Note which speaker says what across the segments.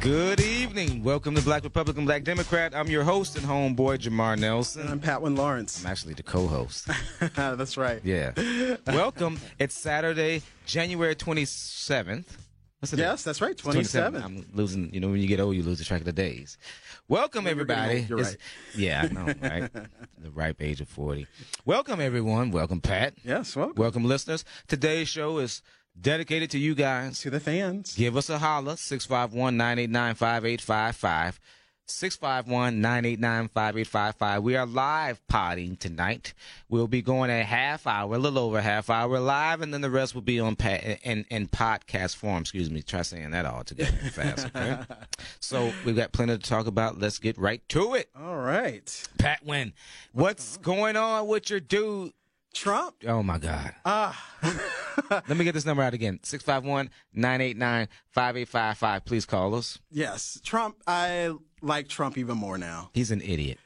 Speaker 1: Good evening. Welcome to Black Republican, Black Democrat. I'm your host and homeboy, Jamar Nelson.
Speaker 2: I'm Patwin Lawrence.
Speaker 1: I'm actually the co host.
Speaker 2: That's right.
Speaker 1: Yeah. Welcome. It's Saturday, January 27th. What's the
Speaker 2: Yes, that's right.
Speaker 1: date?
Speaker 2: 27.
Speaker 1: I'm losing, you know, when you get old, you lose the track of the days. Welcome,
Speaker 2: When you're getting
Speaker 1: everybody.
Speaker 2: old, you're
Speaker 1: It's- Yeah, I know, right? the ripe age of 40. Welcome, everyone. Welcome, Pat.
Speaker 2: Yes, well,
Speaker 1: Welcome, listeners. Today's show is dedicated to you guys.
Speaker 2: to the fans.
Speaker 1: Give us a holler, 651 989 5855. 651 989 5855. We are live potting tonight. We'll be going a half hour, a little over a half hour live, and then the rest will be on pa- in, in podcast form. Excuse me, try saying that all together fast, okay? So we've got plenty to talk about. Let's get right to it.
Speaker 2: All right.
Speaker 1: Pat Wynn, what's going on with your dude?
Speaker 2: Trump.
Speaker 1: Oh my God.
Speaker 2: Ah.
Speaker 1: Let me get this number out again 651 989 5855. Please call us.
Speaker 2: yes, Trump. I like Trump even more now.
Speaker 1: He's an idiot.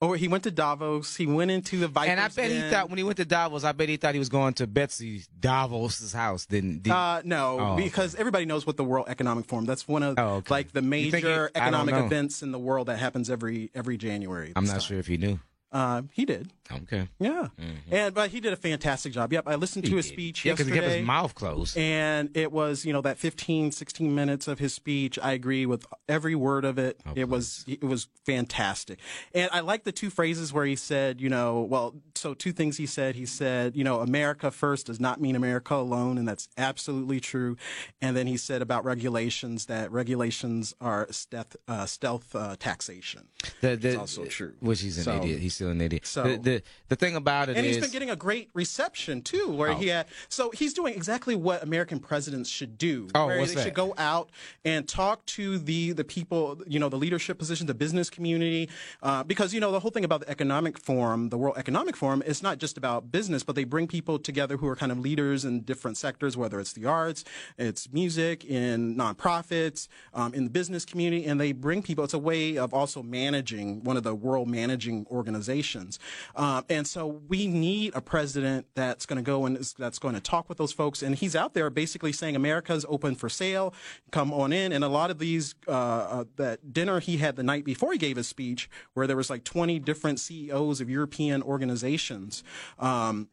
Speaker 2: Or he went to Davos. He went into the Vipers.
Speaker 1: And I bet he
Speaker 2: Den.
Speaker 1: thought when he went to Davos, I bet he thought he was going to Betsy Davos's house. Didn't did,
Speaker 2: Uh, no,
Speaker 1: Oh, okay.
Speaker 2: because everybody knows what the World Economic Forum. That's one of
Speaker 1: Oh, okay.
Speaker 2: like the
Speaker 1: You think
Speaker 2: major
Speaker 1: it- I don't
Speaker 2: economic
Speaker 1: know.
Speaker 2: events in the world that happens every every January.
Speaker 1: I'm
Speaker 2: this
Speaker 1: not
Speaker 2: time.
Speaker 1: sure if he knew.
Speaker 2: Uh, he did.
Speaker 1: Okay.
Speaker 2: Yeah. And but he did a fantastic job. Yep. I listened to his speech
Speaker 1: Yeah, because Mm-hmm. he
Speaker 2: yesterday.
Speaker 1: kept his mouth closed.
Speaker 2: and it was you know that 15 16 minutes of his speech i agree with every word of it it was it was fantastic and i like the two phrases where he said you know well so two things he said he said you know america first does not mean america alone and that's absolutely true and then he said about regulations that regulations are stealth uh, stealth uh, taxation
Speaker 1: The- the-
Speaker 2: also true.
Speaker 1: Which he's an
Speaker 2: So-
Speaker 1: idiot. He's still an idiot.
Speaker 2: so-
Speaker 1: the, the the thing about it
Speaker 2: and
Speaker 1: is
Speaker 2: he's been getting a great reception too, where he had. So he's doing exactly what American presidents should do.
Speaker 1: Oh,
Speaker 2: where
Speaker 1: what's
Speaker 2: they
Speaker 1: that?
Speaker 2: should go out and talk to the the people, you know, the leadership position, the business community, uh, because you know the whole thing about the economic forum, the World Economic Forum, it's not just about business, but they bring people together who are kind of leaders in different sectors, whether it's the arts, it's music, in nonprofits, um, in the business community, and they bring people. It's a way of also managing one of the world managing organizations, um, and so we need a president that's going to go and is, that's going to talk with those folks. And he's out there basically saying America's open for sale, come on in. And a lot of these uh, uh, that dinner he had the night before he gave his speech, where there was like 20 different CEOs of European organizations. Um,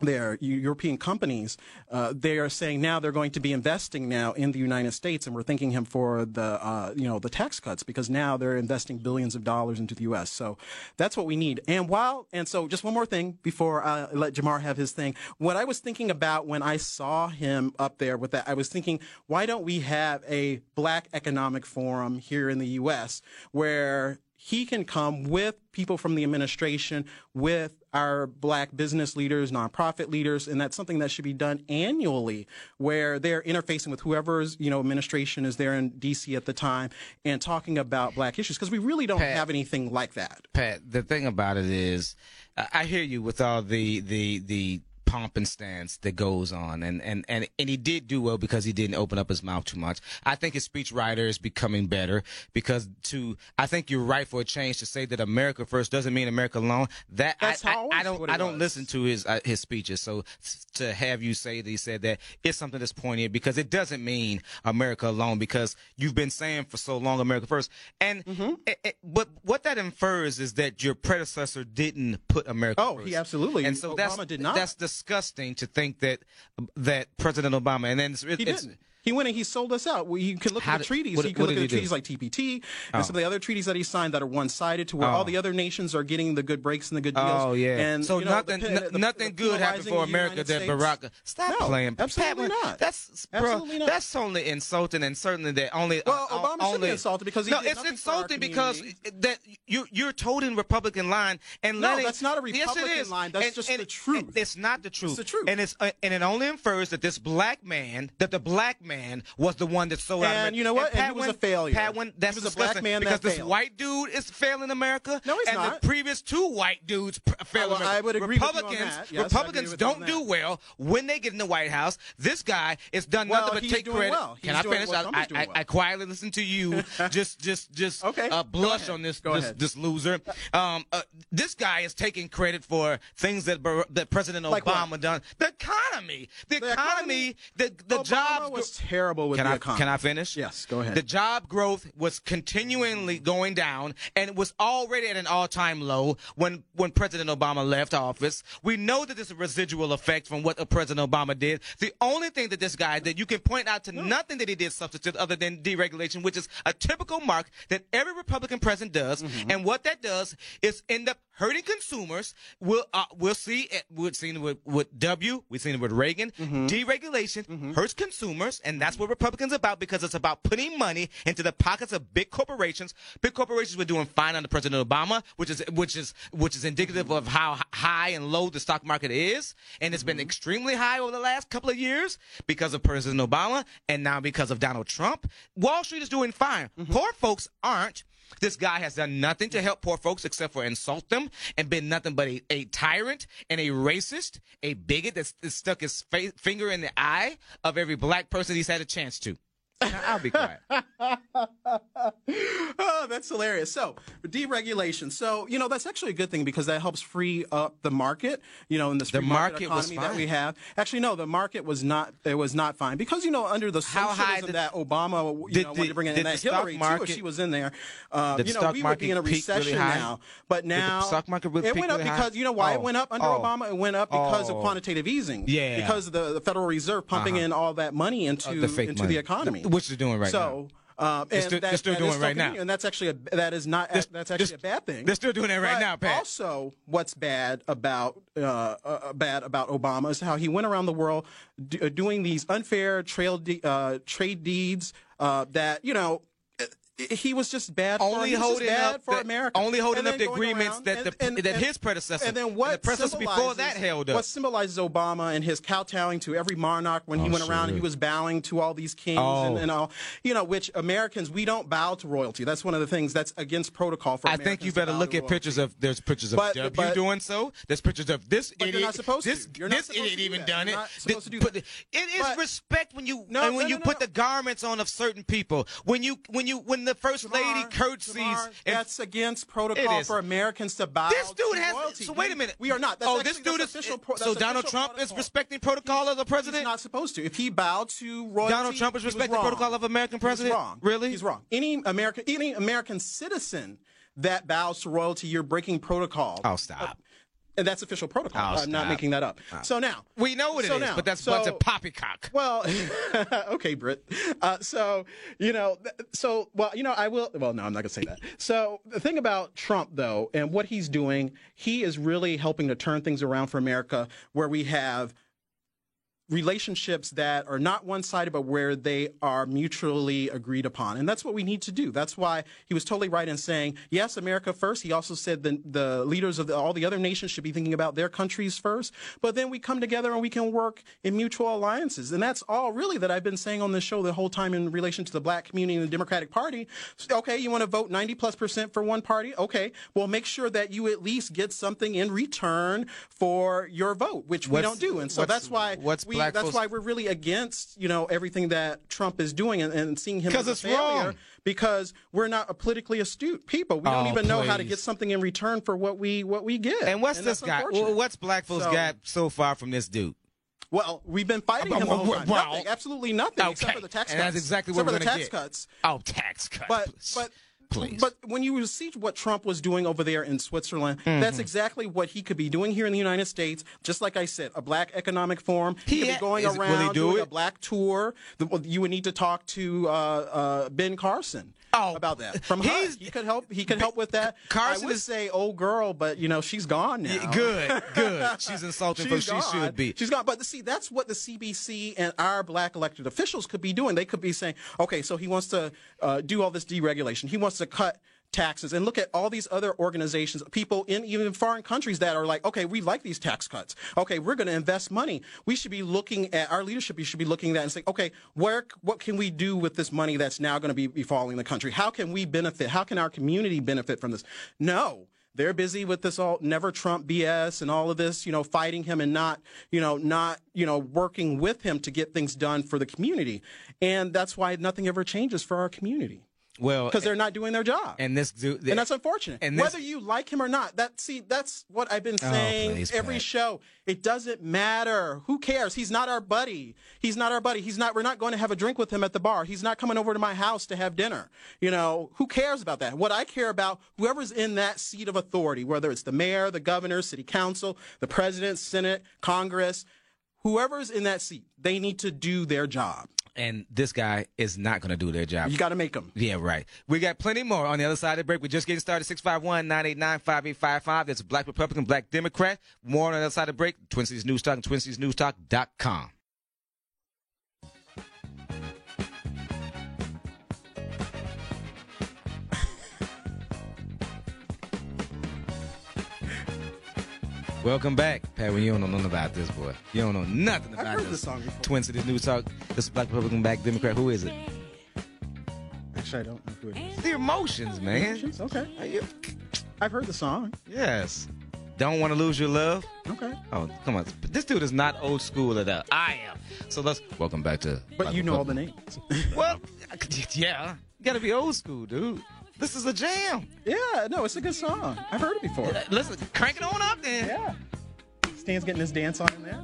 Speaker 2: their European companies, uh, they are saying now they're going to be investing now in the United States, and we're thanking him for the uh, you know the tax cuts because now they're investing billions of dollars into the U.S. So that's what we need. And while and so just one more thing before I let Jamar have his thing. What I was thinking about when I saw him up there with that, I was thinking, why don't we have a Black Economic Forum here in the U.S. where he can come with people from the administration, with our black business leaders, nonprofit leaders, and that's something that should be done annually where they're interfacing with whoever's, you know, administration is there in DC at the time and talking about black issues because we really don't have anything like that.
Speaker 1: Pat, the thing about it is, I I hear you with all the the the pomp and stance that goes on, and and and and he did do well because he didn't open up his mouth too much. I think his speechwriter is becoming better because to I think you're right for a change to say that America first doesn't mean America alone. That I-
Speaker 2: That's
Speaker 1: I, I,
Speaker 2: how always
Speaker 1: don't
Speaker 2: what it
Speaker 1: I don't
Speaker 2: was.
Speaker 1: listen to his uh, his speeches. So s- to have you say that he said that is something that's poignant because it doesn't mean America alone because you've been saying for so long America first. And
Speaker 2: Mm-hmm.
Speaker 1: it- it- but what that infers is that your predecessor didn't put America.
Speaker 2: Oh, he
Speaker 1: first.
Speaker 2: absolutely-
Speaker 1: And so that's
Speaker 2: Obama did not.
Speaker 1: that's disgusting to think that that President Obama and then it's,
Speaker 2: He
Speaker 1: it's-
Speaker 2: didn't. He went and he sold us out. Well, you can look
Speaker 1: How
Speaker 2: at the
Speaker 1: did-
Speaker 2: treaties.
Speaker 1: what-
Speaker 2: you can
Speaker 1: what
Speaker 2: look
Speaker 1: did
Speaker 2: at the
Speaker 1: he do? Oh.
Speaker 2: treaties like TPT and some of the other treaties that he signed that are one-sided, to where all the other nations are getting the good breaks and the good deals.
Speaker 1: Oh yeah.
Speaker 2: And
Speaker 1: so
Speaker 2: you know, the
Speaker 1: nothing,
Speaker 2: pe-
Speaker 1: no-
Speaker 2: the- the
Speaker 1: nothing good happened
Speaker 2: penalizing
Speaker 1: for
Speaker 2: the
Speaker 1: America
Speaker 2: United
Speaker 1: that
Speaker 2: States.
Speaker 1: Barack. Stop
Speaker 2: No,
Speaker 1: playing.
Speaker 2: Absolutely
Speaker 1: Pat,
Speaker 2: not.
Speaker 1: That's bro,
Speaker 2: Absolutely not.
Speaker 1: That's only insulting, and certainly that only.
Speaker 2: Well,
Speaker 1: uh,
Speaker 2: Obama
Speaker 1: only,
Speaker 2: should be insulted because he
Speaker 1: no,
Speaker 2: did
Speaker 1: it's
Speaker 2: nothing for our
Speaker 1: insulting because
Speaker 2: community.
Speaker 1: that you you're toting Republican line and
Speaker 2: No,
Speaker 1: letting.
Speaker 2: that's not a
Speaker 1: yes, it
Speaker 2: Republican
Speaker 1: is.
Speaker 2: line. That's
Speaker 1: And-
Speaker 2: just
Speaker 1: and-
Speaker 2: the truth.
Speaker 1: and it's not the truth.
Speaker 2: the truth.
Speaker 1: And it's uh, and it only infers that this black man, that the black man was the one that sold out.
Speaker 2: And
Speaker 1: America.
Speaker 2: you know what? And he was a
Speaker 1: Patwin-
Speaker 2: failure.
Speaker 1: Patwin, that's
Speaker 2: He was a black
Speaker 1: disgusting
Speaker 2: man that
Speaker 1: because this
Speaker 2: failed.
Speaker 1: white dude is failing America.
Speaker 2: No, he's
Speaker 1: and
Speaker 2: not.
Speaker 1: the previous two white dudes p- failed
Speaker 2: well,
Speaker 1: America.
Speaker 2: I would agree with you on
Speaker 1: Republicans,
Speaker 2: that. Yes, I agree
Speaker 1: Republicans
Speaker 2: with you
Speaker 1: don't
Speaker 2: on
Speaker 1: do
Speaker 2: that.
Speaker 1: well when they get in the White House. This guy has done
Speaker 2: Well,
Speaker 1: nothing but
Speaker 2: he's
Speaker 1: take
Speaker 2: doing
Speaker 1: credit.
Speaker 2: well.
Speaker 1: Can
Speaker 2: He's
Speaker 1: I
Speaker 2: doing
Speaker 1: finish?
Speaker 2: well.
Speaker 1: I, I,
Speaker 2: Somebody's doing
Speaker 1: I-
Speaker 2: well.
Speaker 1: I quietly listen to you. just, just, just
Speaker 2: Okay.
Speaker 1: uh,
Speaker 2: Go
Speaker 1: blush
Speaker 2: ahead.
Speaker 1: on this,
Speaker 2: Go
Speaker 1: this,
Speaker 2: ahead.
Speaker 1: this loser. Um, uh, this guy is taking credit for things that Bar- that President
Speaker 2: Like what?
Speaker 1: Obama done. The economy, the,
Speaker 2: The
Speaker 1: economy, the the
Speaker 2: Obama
Speaker 1: jobs,
Speaker 2: was terrible with
Speaker 1: Can
Speaker 2: the
Speaker 1: I
Speaker 2: economy.
Speaker 1: can I finish?
Speaker 2: Yes, go ahead.
Speaker 1: The job growth was continually going down, and it was already at an all-time low when when President Obama left office. We know that it's a residual effect from what uh, President Obama did. The only thing that this guy did, you can point out to nothing that he did substitute other than deregulation, which is a typical mark that every Republican president does. And what that does is end up hurting consumers. We'll uh, we'll see it. We've seen it with, with W. We've seen it with Reagan. Deregulation hurts consumers, and that's what Republicans are about because it's about putting money into the pockets of big corporations. Big corporations were doing fine under President Obama, which is which is which is indicative of how h- high and low the stock market is, and it's been extremely high over the last couple of years because of President Obama, and now because of Donald Trump. Wall Street is doing fine. Poor folks aren't. This guy has done nothing to help poor folks except for insult them and been nothing but a, a tyrant and a racist, a bigot that's, that's stuck his fa- finger in the eye of every black person he's had a chance to. Now, I'll be quiet.
Speaker 2: oh, that's hilarious. So, deregulation. So, you know, that's actually a good thing because that helps free up the market, you know, in this free
Speaker 1: market was
Speaker 2: economy that we
Speaker 1: fine.
Speaker 2: have. Actually, no, the market was not, it was not fine because, you know, under the
Speaker 1: How
Speaker 2: socialism
Speaker 1: high did-
Speaker 2: that Obama, you
Speaker 1: did
Speaker 2: know,
Speaker 1: the-
Speaker 2: wanted to bring in,
Speaker 1: did
Speaker 2: and
Speaker 1: the
Speaker 2: that
Speaker 1: stock
Speaker 2: Hillary, too,
Speaker 1: market-
Speaker 2: if she was in there, uh,
Speaker 1: Did the
Speaker 2: you know,
Speaker 1: stock
Speaker 2: we would be in a
Speaker 1: market peak really
Speaker 2: recession
Speaker 1: high?
Speaker 2: now. But
Speaker 1: the
Speaker 2: now,
Speaker 1: stock market really
Speaker 2: it
Speaker 1: peak
Speaker 2: went up
Speaker 1: really high?
Speaker 2: because, you know, why it
Speaker 1: Oh.
Speaker 2: went up under
Speaker 1: Oh.
Speaker 2: Obama? It went up because
Speaker 1: Oh.
Speaker 2: of quantitative easing.
Speaker 1: Yeah. Uh-huh. Uh,
Speaker 2: Because of the, the Federal Reserve pumping in all that money into,
Speaker 1: the fake
Speaker 2: into
Speaker 1: money.
Speaker 2: the economy.
Speaker 1: Which they're doing right now.
Speaker 2: so, uh, and
Speaker 1: still-
Speaker 2: that-
Speaker 1: they're still
Speaker 2: that
Speaker 1: doing
Speaker 2: is
Speaker 1: it right now.
Speaker 2: continuing, And that's actually a that is not that's actually
Speaker 1: they're-
Speaker 2: a bad thing.
Speaker 1: they're still doing that right
Speaker 2: But
Speaker 1: now, Pat.
Speaker 2: Also, what's bad about uh, uh, bad about Obama is how he went around the world d- uh, doing these unfair trail de- uh, trade deeds uh, that you know. uh, He was just bad. for,
Speaker 1: Only
Speaker 2: he was just
Speaker 1: holding
Speaker 2: bad
Speaker 1: up
Speaker 2: for
Speaker 1: the-
Speaker 2: America.
Speaker 1: only holding
Speaker 2: And
Speaker 1: up
Speaker 2: then
Speaker 1: the
Speaker 2: going
Speaker 1: agreements
Speaker 2: around
Speaker 1: that the- that his predecessor
Speaker 2: and then
Speaker 1: and
Speaker 2: what
Speaker 1: the predecessor before that
Speaker 2: symbolizes-
Speaker 1: held up.
Speaker 2: What symbolizes Obama and his kowtowing to every monarch when he went around and he was bowing to all these kings
Speaker 1: Oh.
Speaker 2: and, and all, you know, which Americans, we don't bow to royalty. That's one of the things that's against protocol for
Speaker 1: I think you
Speaker 2: Americans to
Speaker 1: better
Speaker 2: bow
Speaker 1: look
Speaker 2: to
Speaker 1: at
Speaker 2: royalty.
Speaker 1: pictures of there's pictures of
Speaker 2: But-
Speaker 1: W
Speaker 2: but-
Speaker 1: doing so. There's pictures of this
Speaker 2: But
Speaker 1: idiot.
Speaker 2: you're not supposed to.
Speaker 1: this
Speaker 2: You're not
Speaker 1: this
Speaker 2: supposed to
Speaker 1: idiot
Speaker 2: do
Speaker 1: even
Speaker 2: that.
Speaker 1: done
Speaker 2: You're
Speaker 1: it.
Speaker 2: not
Speaker 1: Th-
Speaker 2: supposed to do
Speaker 1: but
Speaker 2: that.
Speaker 1: It is
Speaker 2: But-
Speaker 1: respect when you
Speaker 2: No,
Speaker 1: and when
Speaker 2: no,
Speaker 1: you
Speaker 2: no,
Speaker 1: put
Speaker 2: no.
Speaker 1: the garments on of certain people. When you when you when the first lady
Speaker 2: Tamar,
Speaker 1: curtsies.
Speaker 2: Tamar,
Speaker 1: and-
Speaker 2: that's against protocol
Speaker 1: is.
Speaker 2: for Americans to bow.
Speaker 1: this dude
Speaker 2: to
Speaker 1: has.
Speaker 2: royalty.
Speaker 1: So wait a minute.
Speaker 2: We are not. That's
Speaker 1: oh,
Speaker 2: actually-
Speaker 1: this dude
Speaker 2: that's
Speaker 1: is.
Speaker 2: official pro-
Speaker 1: so
Speaker 2: that's
Speaker 1: Donald
Speaker 2: official
Speaker 1: Trump is
Speaker 2: protocol.
Speaker 1: respecting protocol of the
Speaker 2: He's
Speaker 1: president.
Speaker 2: not supposed to. If he bowed to royalty,
Speaker 1: Donald Trump is
Speaker 2: he was
Speaker 1: respecting
Speaker 2: wrong.
Speaker 1: protocol of American president?
Speaker 2: He's wrong.
Speaker 1: Really?
Speaker 2: He's wrong. Any American, any American citizen that bows to royalty, you're breaking protocol.
Speaker 1: oh stop.
Speaker 2: And that's official protocol.
Speaker 1: Oh,
Speaker 2: I'm not
Speaker 1: stop. Oh.
Speaker 2: making that up. So now
Speaker 1: we know what it is,
Speaker 2: so now-
Speaker 1: but that's
Speaker 2: so-
Speaker 1: bunch of poppycock.
Speaker 2: well, okay, Britt. Uh, so you know, th- so well, you know, I will. Well, no, I'm not gonna say that. So the thing about Trump, though, and what he's doing, he is really helping to turn things around for America, where we have relationships that are not one-sided but where they are mutually agreed upon and that's what we need to do that's why he was totally right in saying yes america first he also said the, the leaders of the, all the other nations should be thinking about their countries first but then we come together and we can work in mutual alliances and that's all really that i've been saying on this show the whole time in relation to the black community and the democratic party So, okay you want to vote 90 plus percent for one party okay well make sure that you at least get something in return for your vote which we
Speaker 1: What's-
Speaker 2: don't do and so
Speaker 1: what's-
Speaker 2: that's why
Speaker 1: what's
Speaker 2: we,
Speaker 1: black
Speaker 2: that's
Speaker 1: folks-
Speaker 2: why we're really against you know everything that Trump is doing and, and seeing him
Speaker 1: 'Cause
Speaker 2: as a
Speaker 1: it's
Speaker 2: failure
Speaker 1: wrong.
Speaker 2: because we're not a politically astute people. We don't
Speaker 1: Oh,
Speaker 2: even know how to
Speaker 1: please.
Speaker 2: get something in return for what we what we get.
Speaker 1: And what's this
Speaker 2: that's
Speaker 1: guy?
Speaker 2: unfortunate.
Speaker 1: What's black folks
Speaker 2: So-
Speaker 1: got so far from this dude?
Speaker 2: Well, we've been fighting him the whole time.
Speaker 1: Well-
Speaker 2: nothing, absolutely nothing
Speaker 1: Oh, Okay.
Speaker 2: except for the tax cuts.
Speaker 1: And that's exactly what
Speaker 2: except
Speaker 1: we're
Speaker 2: for the
Speaker 1: gonna
Speaker 2: tax
Speaker 1: get.
Speaker 2: cuts.
Speaker 1: Oh, tax cuts.
Speaker 2: But
Speaker 1: please.
Speaker 2: but
Speaker 1: please.
Speaker 2: But when you see what Trump was doing over there in Switzerland,
Speaker 1: Mm-hmm.
Speaker 2: that's exactly what he could be doing here in the United States. Just like I said, a black economic forum. He,
Speaker 1: He
Speaker 2: could
Speaker 1: ha-
Speaker 2: be going
Speaker 1: is- will he
Speaker 2: around
Speaker 1: do
Speaker 2: doing
Speaker 1: it?
Speaker 2: a black tour. The- well, you would need to talk to uh, uh, Ben Carson.
Speaker 1: Oh,
Speaker 2: about that from
Speaker 1: he's-
Speaker 2: HUD. He could help. He could help with that.
Speaker 1: Carson
Speaker 2: I would
Speaker 1: is-
Speaker 2: say old girl, but you know she's gone now.
Speaker 1: good, good. She's insulting, but she should be.
Speaker 2: She's gone. But see, that's what the CBC and our black elected officials could be doing. They could be saying, okay, so he wants to uh, do all this deregulation. He wants to cut taxes and look at all these other organizations people in even foreign countries that are like okay we like these tax cuts okay we're going to invest money we should be looking at our leadership you should be looking at that and saying okay where what can we do with this money that's now going to be befalling the country how can we benefit how can our community benefit from this no they're busy with this all never Trump BS and all of this, you know, fighting him and not, you know, not, you know, working with him to get things done for the community. And that's why nothing ever changes for our community.
Speaker 1: Well,
Speaker 2: because they're not doing their job.
Speaker 1: and this dude,
Speaker 2: and that's unfortunate.
Speaker 1: and
Speaker 2: And
Speaker 1: this-
Speaker 2: whether you like him or not, that see, that's what I've been
Speaker 1: Oh,
Speaker 2: saying
Speaker 1: please,
Speaker 2: every
Speaker 1: Pat.
Speaker 2: show. It doesn't matter. Who cares? He's not our buddy. He's not our buddy. He's not. We're not going to have a drink with him at the bar. He's not coming over to my house to have dinner. You know, who cares about that? What I care about, whoever's in that seat of authority, whether it's the mayor, the governor, city council, the president, senate, Congress, whoever's in that seat, they need to do their job.
Speaker 1: and this guy is not going to do their job.
Speaker 2: You got to make them.
Speaker 1: Yeah, right. We got plenty more on the other side of the break. We're just getting started. 651 989 5855. That's Black Republican, Black Democrat. More on the other side of the break. Twin Cities News Talk and TwinCitiesNewsTalk.com. Welcome back, Pat. Well, you don't know nothing about this boy. You don't know nothing
Speaker 2: I've
Speaker 1: about
Speaker 2: heard this song before.
Speaker 1: Twin Cities News Talk. This is Black Republican, Black Democrat. Who is it?
Speaker 2: Actually, I don't do it.
Speaker 1: The emotions, man.
Speaker 2: Okay,
Speaker 1: Are you-
Speaker 2: I've heard the song.
Speaker 1: Yes. Don't want to lose your love.
Speaker 2: Okay.
Speaker 1: Oh, come on. This dude is not old school at all. I am. So let's welcome back to.
Speaker 2: But you know all the names.
Speaker 1: Well, yeah. You gotta be old school, dude. This is a jam.
Speaker 2: yeah, no, it's a good song. I've heard it before.
Speaker 1: Listen, crank it on up then.
Speaker 2: Yeah. Stan's getting his dance on in there.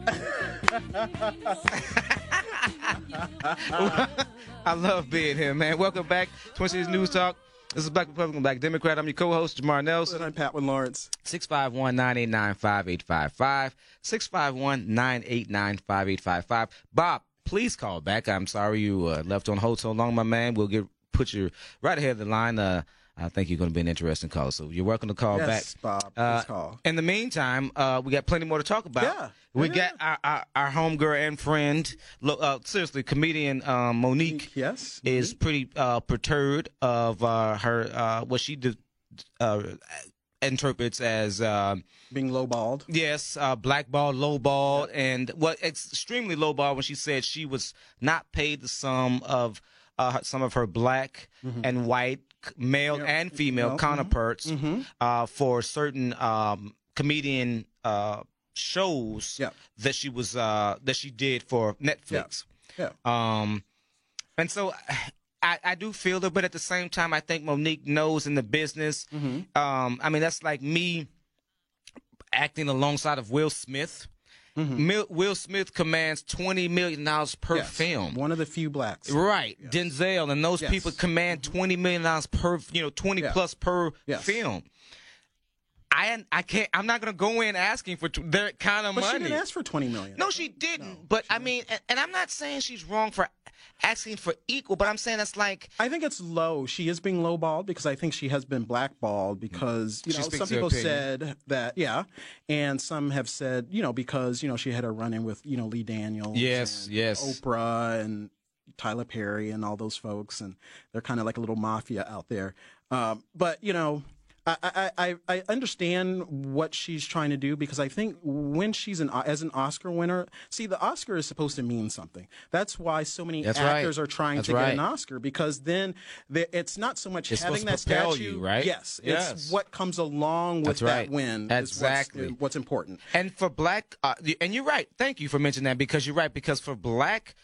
Speaker 1: I love being here, man. Welcome back. Twin Cities News Talk. This is Black Republican, Black Democrat. I'm your co-host, Jamar Nelson.
Speaker 2: and I'm Pat with Lawrence.
Speaker 1: 651-989-5855. 651-989-5855. Bob, please call back. I'm sorry you uh, left on hold so long, my man. We'll get put you right ahead of the line. Uh, I think you're going to be an interesting caller. So you're welcome to call
Speaker 2: Yes,
Speaker 1: back.
Speaker 2: Bob, please
Speaker 1: Uh,
Speaker 2: call.
Speaker 1: In the meantime, uh, we got plenty more to talk about.
Speaker 2: Yeah,
Speaker 1: we
Speaker 2: yeah.
Speaker 1: got our, our our homegirl and friend, lo- uh, seriously, comedian um, Monique
Speaker 2: Yes.
Speaker 1: is pretty uh, perturbed of uh, her uh, what she de- uh, interprets as uh,
Speaker 2: Being lowballed.
Speaker 1: yes, uh, blackball, lowball, and well, extremely lowball when she said she was not paid the sum of uh, her- some of her black and white c- male and female
Speaker 2: Well, mhm.
Speaker 1: counterparts uh, for certain um, comedian uh, shows
Speaker 2: Yeah.
Speaker 1: that she was uh, that she did for Netflix.
Speaker 2: Yeah.
Speaker 1: Um, and so I, I do feel it, but at the same time, I think Monique knows in the business.
Speaker 2: Mm-hmm.
Speaker 1: Um, I mean, that's like me acting alongside of Will Smith. Mil- Will Smith commands twenty million dollars per
Speaker 2: Mm-hmm. Yes.
Speaker 1: film.
Speaker 2: One of the few blacks.
Speaker 1: Right, Denzel and those
Speaker 2: Yes. Mm-hmm.
Speaker 1: people command twenty million dollars per, you know, twenty
Speaker 2: Yeah.
Speaker 1: plus per
Speaker 2: Yes.
Speaker 1: film. I I can't. I'm not gonna go in asking for tw- that kind of
Speaker 2: But
Speaker 1: money.
Speaker 2: she didn't ask for 20 million.
Speaker 1: No, she didn't. but I mean, and, and I'm not saying she's wrong for asking for equal, but I'm saying that's like
Speaker 2: I think it's low. She is being lowballed because I think she has been blackballed because you
Speaker 1: She
Speaker 2: know
Speaker 1: speaks
Speaker 2: some
Speaker 1: her
Speaker 2: people
Speaker 1: opinion.
Speaker 2: said that yeah, and some have said you know because you know she had a run in with you know Lee Daniels,
Speaker 1: Yes,
Speaker 2: and
Speaker 1: yes.
Speaker 2: Oprah and Tyler Perry and all those folks, and they're kind of like a little mafia out there. Um, but you know. I, I, I I understand what she's trying to do because I think when she's an as an Oscar winner, see the Oscar is supposed to mean something. That's why so many
Speaker 1: That's right.
Speaker 2: actors are trying
Speaker 1: That's
Speaker 2: to get an
Speaker 1: right.
Speaker 2: Oscar because then the, it's not so much
Speaker 1: It's
Speaker 2: having that
Speaker 1: supposed to propel
Speaker 2: statue,
Speaker 1: you, right?
Speaker 2: Yes,
Speaker 1: Yes.
Speaker 2: it's what comes along with
Speaker 1: That's right.
Speaker 2: that win.
Speaker 1: Exactly.
Speaker 2: is what's, what's important.
Speaker 1: And for black, uh, y- and you're right. Thank you for mentioning that because you're right. Because for black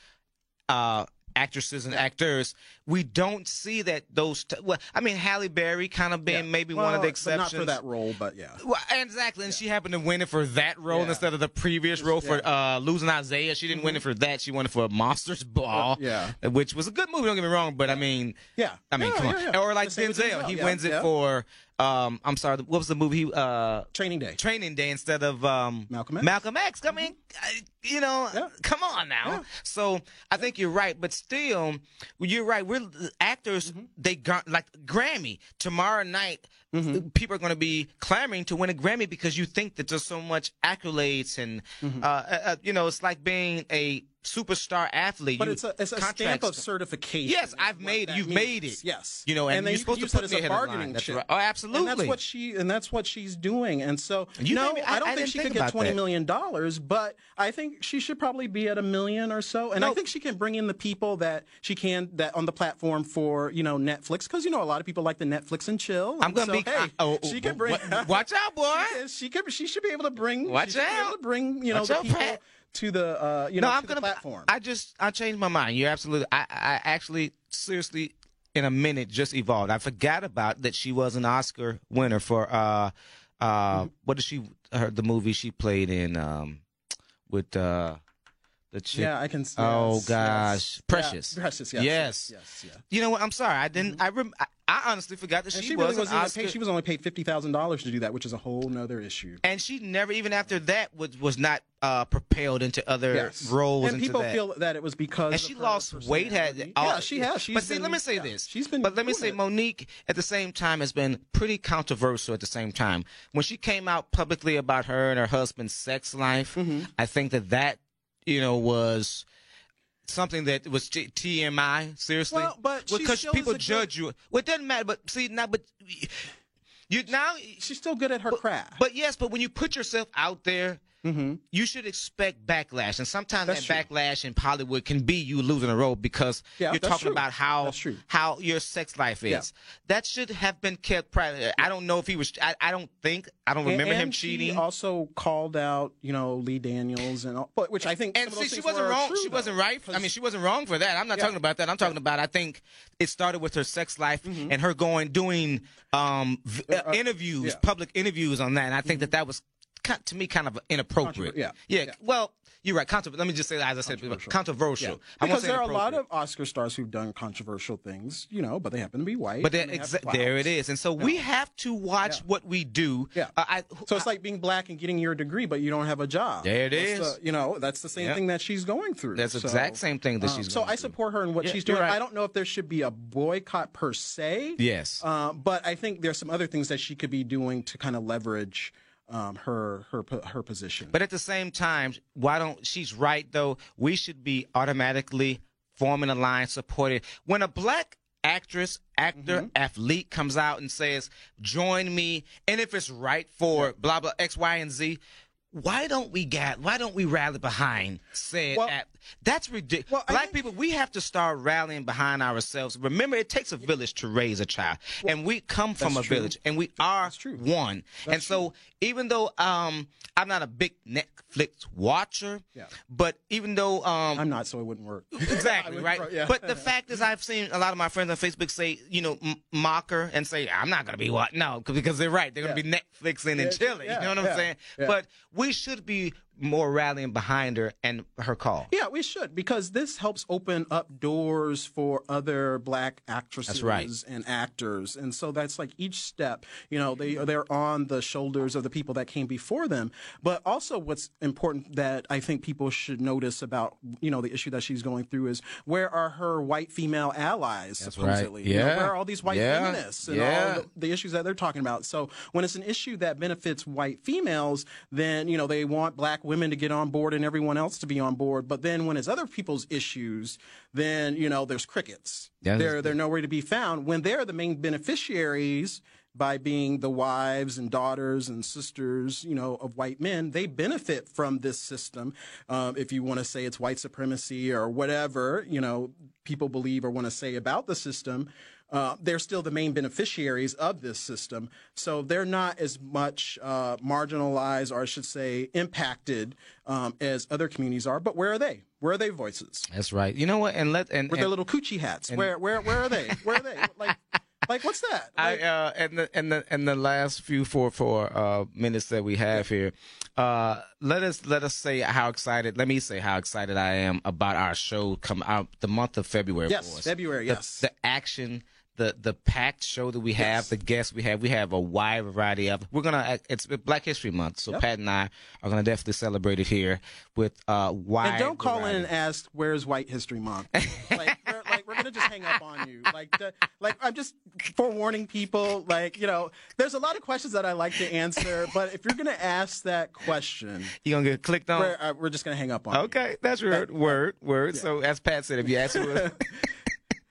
Speaker 1: uh, actresses and actors, we don't see that those. T- well, I mean, Halle Berry kind of being maybe one of the
Speaker 2: Well, but
Speaker 1: exceptions.
Speaker 2: not for that role, but yeah.
Speaker 1: Well, exactly, and she happened to win it for that role
Speaker 2: Yeah. Mm-hmm.
Speaker 1: instead of the previous role for uh, losing Isaiah. She didn't win it for that. She won it for Monsters Ball,
Speaker 2: yeah.
Speaker 1: which was a good movie. Don't get me wrong, but I mean,
Speaker 2: Yeah.
Speaker 1: I mean,
Speaker 2: Yeah,
Speaker 1: come on,
Speaker 2: yeah, yeah.
Speaker 1: or like
Speaker 2: The same
Speaker 1: Denzel,
Speaker 2: with Denzel.
Speaker 1: he
Speaker 2: Yeah,
Speaker 1: wins it
Speaker 2: yeah.
Speaker 1: for. Um, I'm sorry, what was the movie? He uh,
Speaker 2: Training Day.
Speaker 1: Training Day instead of um,
Speaker 2: Malcolm X.
Speaker 1: Malcolm X. I mean, I- you know,
Speaker 2: Yeah.
Speaker 1: come on now. So I think you're right, but still, you're right. We're actors.
Speaker 2: Mm-hmm.
Speaker 1: They got like Grammy tomorrow night.
Speaker 2: Mm-hmm.
Speaker 1: People are going to be clamoring to win a Grammy because you think that there's so much accolades and
Speaker 2: Mm-hmm.
Speaker 1: uh, uh, uh, you know, it's like being a superstar athlete.
Speaker 2: but
Speaker 1: You-
Speaker 2: it's a, it's a stamp
Speaker 1: contracts-
Speaker 2: of certification.
Speaker 1: Yes,
Speaker 2: is
Speaker 1: I've
Speaker 2: what
Speaker 1: made-
Speaker 2: that
Speaker 1: you've
Speaker 2: means.
Speaker 1: made it.
Speaker 2: Yes,
Speaker 1: You know, and
Speaker 2: then
Speaker 1: you're
Speaker 2: you
Speaker 1: supposed
Speaker 2: can
Speaker 1: to
Speaker 2: use
Speaker 1: put
Speaker 2: that as
Speaker 1: me
Speaker 2: a
Speaker 1: ahead of the
Speaker 2: bargaining
Speaker 1: line. That's
Speaker 2: chip.
Speaker 1: right. Oh,
Speaker 2: And
Speaker 1: absolutely.
Speaker 2: that's what she and that's what she's doing. And so
Speaker 1: You
Speaker 2: no,
Speaker 1: made me- I-
Speaker 2: I, don't
Speaker 1: I
Speaker 2: think
Speaker 1: didn't
Speaker 2: she
Speaker 1: think
Speaker 2: could get
Speaker 1: about
Speaker 2: twenty
Speaker 1: that.
Speaker 2: million dollars, but I think she should probably be at a million or so. And
Speaker 1: No.
Speaker 2: I think she can bring in the people that she can that on the platform for you know Netflix because you know a lot of people like the Netflix and chill.
Speaker 1: I'm gonna
Speaker 2: So,
Speaker 1: be.
Speaker 2: Hey,
Speaker 1: I- oh, oh,
Speaker 2: she can bring.
Speaker 1: wa- Watch out, boy.
Speaker 2: she, can, she can- She should be able to bring.
Speaker 1: Watch
Speaker 2: she should be able
Speaker 1: out.
Speaker 2: to bring you know
Speaker 1: Watch
Speaker 2: the
Speaker 1: out,
Speaker 2: people
Speaker 1: Pat.
Speaker 2: to the uh, you know to the platform.
Speaker 1: I just I changed my mind. You're absolutely. I I actually seriously in a minute just evolved. I forgot about that she was an Oscar winner for uh
Speaker 2: Mm-hmm.
Speaker 1: uh what is she her the movie she played in um with uh the chick
Speaker 2: Yeah, I can. s-
Speaker 1: Oh,
Speaker 2: yes,
Speaker 1: gosh.
Speaker 2: yes.
Speaker 1: Precious.
Speaker 2: Yeah, precious. Yes.
Speaker 1: Yes.
Speaker 2: Yes. yes.
Speaker 1: You know what? I'm sorry. I didn't. I rem- I, I honestly forgot that
Speaker 2: Mm-hmm. And
Speaker 1: she,
Speaker 2: she,
Speaker 1: was
Speaker 2: really
Speaker 1: an
Speaker 2: wasn't even
Speaker 1: Oscar.
Speaker 2: paid. She was only paid fifty thousand dollars to do that, which is a whole nother issue.
Speaker 1: and she never, even after that, was was not uh, propelled into other roles.
Speaker 2: and
Speaker 1: into
Speaker 2: people
Speaker 1: that.
Speaker 2: feel that it was because
Speaker 1: and
Speaker 2: of
Speaker 1: she
Speaker 2: her
Speaker 1: lost weight. Had
Speaker 2: personality.
Speaker 1: all-
Speaker 2: yeah, she has. She's
Speaker 1: but see,
Speaker 2: been-
Speaker 1: let me say
Speaker 2: yeah,
Speaker 1: this.
Speaker 2: She's been.
Speaker 1: But let me
Speaker 2: doing
Speaker 1: say,
Speaker 2: it.
Speaker 1: Monique at the same time has been pretty controversial. At the same time, when she came out publicly about her and her husband's sex life,
Speaker 2: Mm-hmm.
Speaker 1: I think that that you know was. Something that was t- TMI, seriously.
Speaker 2: Well, but she
Speaker 1: because
Speaker 2: still is
Speaker 1: people
Speaker 2: a good-
Speaker 1: judge you. Well, it doesn't matter. But see, now, but you now
Speaker 2: she's still good at her craft.
Speaker 1: but yes, but when you put yourself out there, you should expect backlash, and sometimes
Speaker 2: Mm-hmm. That's
Speaker 1: that backlash in Hollywood can be you losing a role because
Speaker 2: Yeah,
Speaker 1: you're
Speaker 2: that's
Speaker 1: talking
Speaker 2: true.
Speaker 1: about how
Speaker 2: That's true.
Speaker 1: how your sex life is.
Speaker 2: Yeah.
Speaker 1: That should have been kept private. I don't know if he was. I, I don't think. I don't
Speaker 2: And-
Speaker 1: remember him
Speaker 2: and she
Speaker 1: cheating.
Speaker 2: also called out, you know, Lee Daniels and all, but which I think
Speaker 1: and
Speaker 2: some of
Speaker 1: see,
Speaker 2: those
Speaker 1: she
Speaker 2: things
Speaker 1: wasn't
Speaker 2: were
Speaker 1: wrong.
Speaker 2: true,
Speaker 1: she
Speaker 2: though,
Speaker 1: wasn't right. I
Speaker 2: 'cause-
Speaker 1: mean, she wasn't wrong for that. I'm not
Speaker 2: Yeah. Mm-hmm.
Speaker 1: talking about that. I'm talking about. I think it started with her sex life and her going doing um, v- uh,
Speaker 2: uh,
Speaker 1: interviews,
Speaker 2: yeah. Mm-hmm.
Speaker 1: public interviews on that. And I think that that was ki- to me kind of inappropriate.
Speaker 2: Controver- yeah.
Speaker 1: yeah.
Speaker 2: Yeah.
Speaker 1: Well, you're right. Contro- let me just say that as I said, controversial. controversial.
Speaker 2: Controversial. Yeah.
Speaker 1: I won't
Speaker 2: Because
Speaker 1: say
Speaker 2: there are a lot
Speaker 1: inappropriate.
Speaker 2: of Oscar stars who've done controversial things, you know, but they happen to be white.
Speaker 1: But
Speaker 2: and
Speaker 1: there,
Speaker 2: they have
Speaker 1: exa- there
Speaker 2: clout.
Speaker 1: it is. And so we have to watch
Speaker 2: Yeah.
Speaker 1: what we do.
Speaker 2: Yeah.
Speaker 1: Uh, I,
Speaker 2: So it's like being black and getting your degree, but you don't have a job.
Speaker 1: There it
Speaker 2: it is.
Speaker 1: is.
Speaker 2: you know, that's the same
Speaker 1: Yeah.
Speaker 2: thing that she's going through.
Speaker 1: that's the
Speaker 2: So,
Speaker 1: exact same thing that
Speaker 2: um,
Speaker 1: she's.
Speaker 2: so
Speaker 1: going
Speaker 2: I
Speaker 1: through.
Speaker 2: support her in what
Speaker 1: Yeah,
Speaker 2: she's
Speaker 1: you're
Speaker 2: doing.
Speaker 1: right.
Speaker 2: I don't know if there should be a boycott per se.
Speaker 1: Yes.
Speaker 2: Uh, but I think there's some other things that she could be doing to kind of leverage um, her her po- her position.
Speaker 1: But at the same time, why don't she's right though? We should be automatically forming a line supported when a black actress, actor,
Speaker 2: Mm-hmm.
Speaker 1: athlete comes out and says, "Join me," and if it's right for blah blah X, Y, and Z. Why don't we get? Why don't we rally behind said?
Speaker 2: Well-
Speaker 1: act? That's ridiculous.
Speaker 2: Well, I
Speaker 1: Black
Speaker 2: think-
Speaker 1: people, we have to start rallying behind ourselves. Remember, it takes a village to raise a child, and we come from a
Speaker 2: That's true.
Speaker 1: village, and we are
Speaker 2: true.
Speaker 1: one. and so, even though um, I'm not a big Netflix watcher,
Speaker 2: Yeah.
Speaker 1: but even though um,
Speaker 2: I'm not, so it wouldn't work.
Speaker 1: exactly
Speaker 2: would
Speaker 1: right,
Speaker 2: pro- yeah.
Speaker 1: but the fact is, I've seen a lot of my friends on Facebook say, you know, m- mocker and say, I'm not gonna be what no, 'cause- because they're right, they're gonna be Netflixing and chilling. you
Speaker 2: yeah,
Speaker 1: know what I'm
Speaker 2: yeah,
Speaker 1: saying?
Speaker 2: yeah.
Speaker 1: But we should be more rallying behind her and her call.
Speaker 2: Yeah, we should because this helps open up doors for other black actresses
Speaker 1: right.
Speaker 2: and actors, and so that's like each step. You know, they they're on the shoulders of the people that came before them. But also, what's important that I think people should notice about you know the issue that she's going through is where are her white female allies
Speaker 1: right.
Speaker 2: supposedly? You know,
Speaker 1: Yeah.
Speaker 2: where are all these white
Speaker 1: Yeah.
Speaker 2: feminists and
Speaker 1: Yeah.
Speaker 2: all the, the issues that they're talking about. So when it's an issue that benefits white females, then you know they want black women to get on board and everyone else to be on board. But then when it's other people's issues, then you know there's crickets.
Speaker 1: Yeah, that's
Speaker 2: they're they're nowhere to be found when they're the main beneficiaries. By being the wives and daughters and sisters, you know, of white men, they benefit from this system. Um, if you want to say it's white supremacy or whatever, you know, people believe or want to say about the system, uh, they're still the main beneficiaries of this system. So they're not as much uh, marginalized, or I should say, impacted um, as other communities are. But where are they? Where are they voices?
Speaker 1: That's right. You know what? And let and,
Speaker 2: With
Speaker 1: and-
Speaker 2: their little coochie hats. where where where are they? Where are they? like like what's that?
Speaker 1: I
Speaker 2: Like,
Speaker 1: uh and the and the and the last few four four uh minutes that we have here, uh let us let us say how excited let me say how excited I am about our show come out the month of February.
Speaker 2: Yes,
Speaker 1: for us.
Speaker 2: February,
Speaker 1: The-
Speaker 2: yes.
Speaker 1: The action, the the packed show that we have, the guests we have, we have a wide variety of. We're gonna uh, it's Black History Month, so Pat and I are gonna definitely celebrate it here with uh wide.
Speaker 2: and don't call in
Speaker 1: variety.
Speaker 2: and ask where's White History Month. like, we're, like we're gonna just hang up on you. Like the, like I'm just forewarning people. Like you know, there's a lot of questions that I like to answer, but if you're gonna ask that question,
Speaker 1: You gonna get clicked on?
Speaker 2: we're, uh, we're just gonna hang up on. you.
Speaker 1: Okay, that's word, word, word. So as Pat said, if you ask us,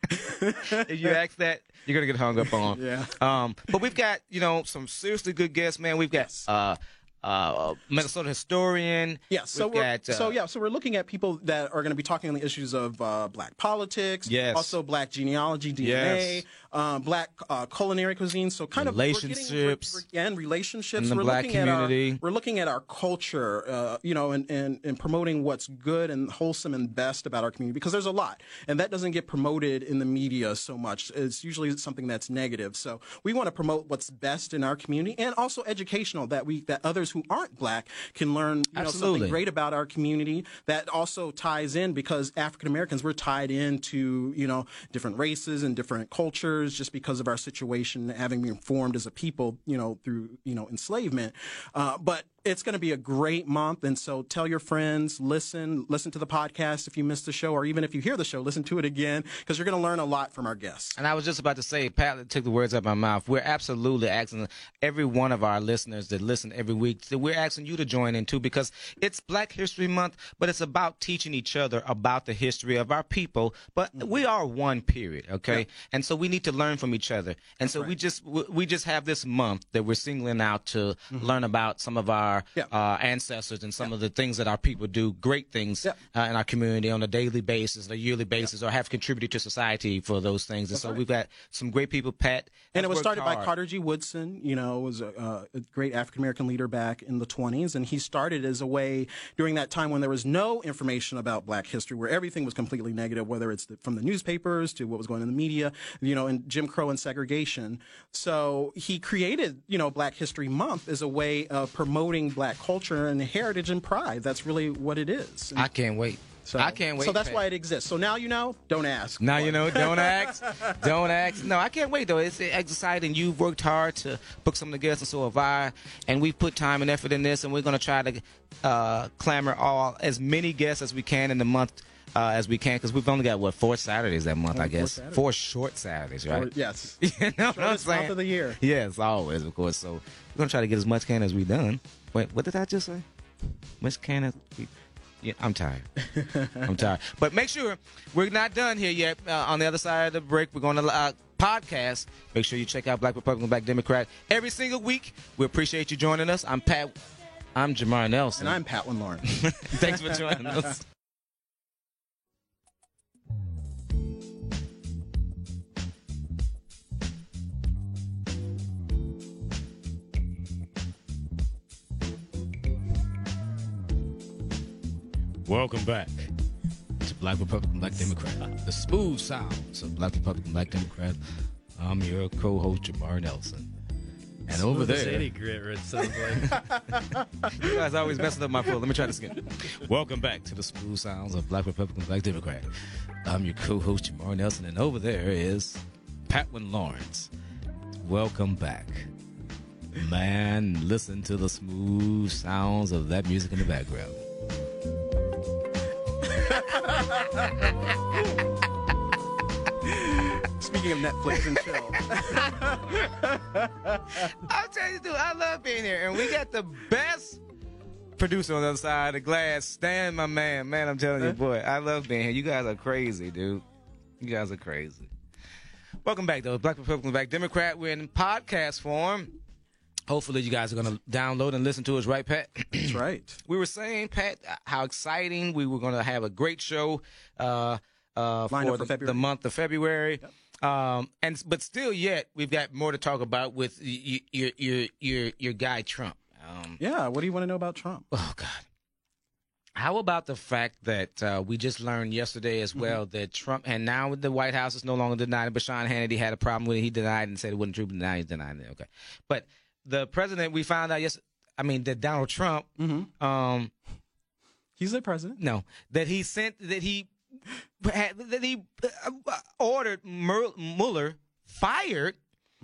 Speaker 1: if you ask that, you're gonna get hung up on.
Speaker 2: Yeah.
Speaker 1: Um, but we've got you know some seriously good guests, man. We've got uh, uh, Minnesota historian.
Speaker 2: Yeah, so
Speaker 1: We've
Speaker 2: we're,
Speaker 1: got, uh,
Speaker 2: so yeah, so we're looking at people that are going to be talking on the issues of uh, black politics,
Speaker 1: Yes.
Speaker 2: also black genealogy, DNA,
Speaker 1: Yes.
Speaker 2: um, black uh, culinary cuisine. So kind of we're getting-
Speaker 1: Relationships.
Speaker 2: we're- we're- and relationships.
Speaker 1: In the
Speaker 2: we're
Speaker 1: black
Speaker 2: looking at
Speaker 1: community.
Speaker 2: our we're looking at our culture, uh, you know, and, and and promoting what's good and wholesome and best about our community because there's a lot, and that doesn't get promoted in the media so much. It's usually something that's negative. So we want to promote what's best in our community and also educational that we that others who aren't black can learn you know,
Speaker 1: Absolutely.
Speaker 2: something great about our community that also ties in because African Americans we're tied into you know different races and different cultures just because of our situation having been formed as a people you know through you know enslavement uh, but it's going to be a great month and so tell your friends listen listen to the podcast if you missed the show or even if you hear the show listen to it again because you're going to learn a lot from our guests
Speaker 1: And I was just about to say, Pat took the words out of my mouth. We're absolutely asking every one of our listeners that listen every week. That we're asking you to join in too, because it's Black History Month, but it's about teaching each other about the history of our people. But we are one period, okay? And so we need to learn from each other. And so we just we we just have this month that we're singling out to learn about some of our
Speaker 2: Mm-hmm. Yeah.
Speaker 1: uh, ancestors and some of the things that our people do, great things
Speaker 2: Yeah.
Speaker 1: uh, in our community on a daily basis, a yearly basis, or have contributed to society for those things. And so we've got some great people, Pat.
Speaker 2: and
Speaker 1: has
Speaker 2: it was
Speaker 1: worked
Speaker 2: started by
Speaker 1: hard.
Speaker 2: Carter G. Woodson. You know, was a, uh, a great African American leader back in the 20s, and he started as a way during that time when there was no information about Black history, where everything was completely negative, whether it's the, from the newspapers to what was going on in the media, you know, and Jim Crow and segregation. So he created, you know, Black History Month as a way of promoting Black culture and heritage and pride. That's really what it is. And
Speaker 1: I can't wait. I can't wait.
Speaker 2: So that's
Speaker 1: Pat.
Speaker 2: why it exists. So now you know. Don't ask.
Speaker 1: Now you know. Don't ask. Don't ask. No, I can't wait though. It's exciting. You've worked hard to book some of the guests, and so have I. And we've put time and effort in this, and we're going to try to uh, clamor all as many guests as we can in the month. Uh, as we can, because we've only got what four Saturdays that month, I
Speaker 2: four
Speaker 1: guess.
Speaker 2: Saturdays.
Speaker 1: Four short Saturdays, right?
Speaker 2: Or- yes.
Speaker 1: You know what I'm
Speaker 2: Shortest month
Speaker 1: saying?
Speaker 2: of the year.
Speaker 1: Yes, always, of course. So we're gonna try to get as much can as we done. Wait, what did I just say? Much can as we. Yeah, I'm tired. I'm tired. But make sure we're not done here yet. Uh, on the other side of the break, we're going to uh, podcast. Make sure you check out Black Republican, Black Democrat every single week. We appreciate you joining us. I'm Pat. I'm Jamar Nelson.
Speaker 2: And I'm Patwin Lawrence.
Speaker 1: Thanks for joining us.
Speaker 3: Welcome back to Black Republican, Black Democrat, the smooth sounds of Black Republican, Black Democrat. I'm your co-host Jamar Nelson, and over
Speaker 4: Smooth as
Speaker 3: there,
Speaker 4: any grit, Rich sounds like.
Speaker 1: You guys always messing up my flow. Let me try this again.
Speaker 3: welcome back to the smooth sounds of Black Republican, Black Democrat. I'm your co-host Jamar Nelson, and over there is Patwin Lawrence. Welcome back, man. Listen to the smooth sounds of that music in the background.
Speaker 2: Speaking of Netflix and chill.
Speaker 1: I'm telling you, dude, I love being here, and we got the best producer on the other side of the glass. Stan, my man, man, I'm telling you, boy, I love being here. You guys are crazy, dude. You guys are crazy. Welcome back, though, Black Republican, Black Democrat. We're in podcast form. Hopefully, you guys are gonna download and listen to us, right, Pat?
Speaker 2: That's right.
Speaker 1: we were saying, Pat, how exciting we were going to have a great show uh, uh,
Speaker 2: Lined
Speaker 1: for
Speaker 2: up for
Speaker 1: the,
Speaker 2: February.
Speaker 1: the month of February. Um, and but still, yet we've got more to talk about with y- y- your your your your guy Trump. Um,
Speaker 2: Yeah. What do you want to know about Trump?
Speaker 1: Oh God. How about the fact that uh, we just learned yesterday
Speaker 2: Mm-hmm.
Speaker 1: as well that Trump and now the White House is no longer denying it, but Sean Hannity had a problem with it. He denied it and said it wasn't true, but now he's denying it. Okay. But the president we found out yes I mean that Donald Trump
Speaker 2: Mm-hmm.
Speaker 1: um
Speaker 2: He's the president.
Speaker 1: no, that he sent that he had, that he uh, ordered Mur- Mueller fired,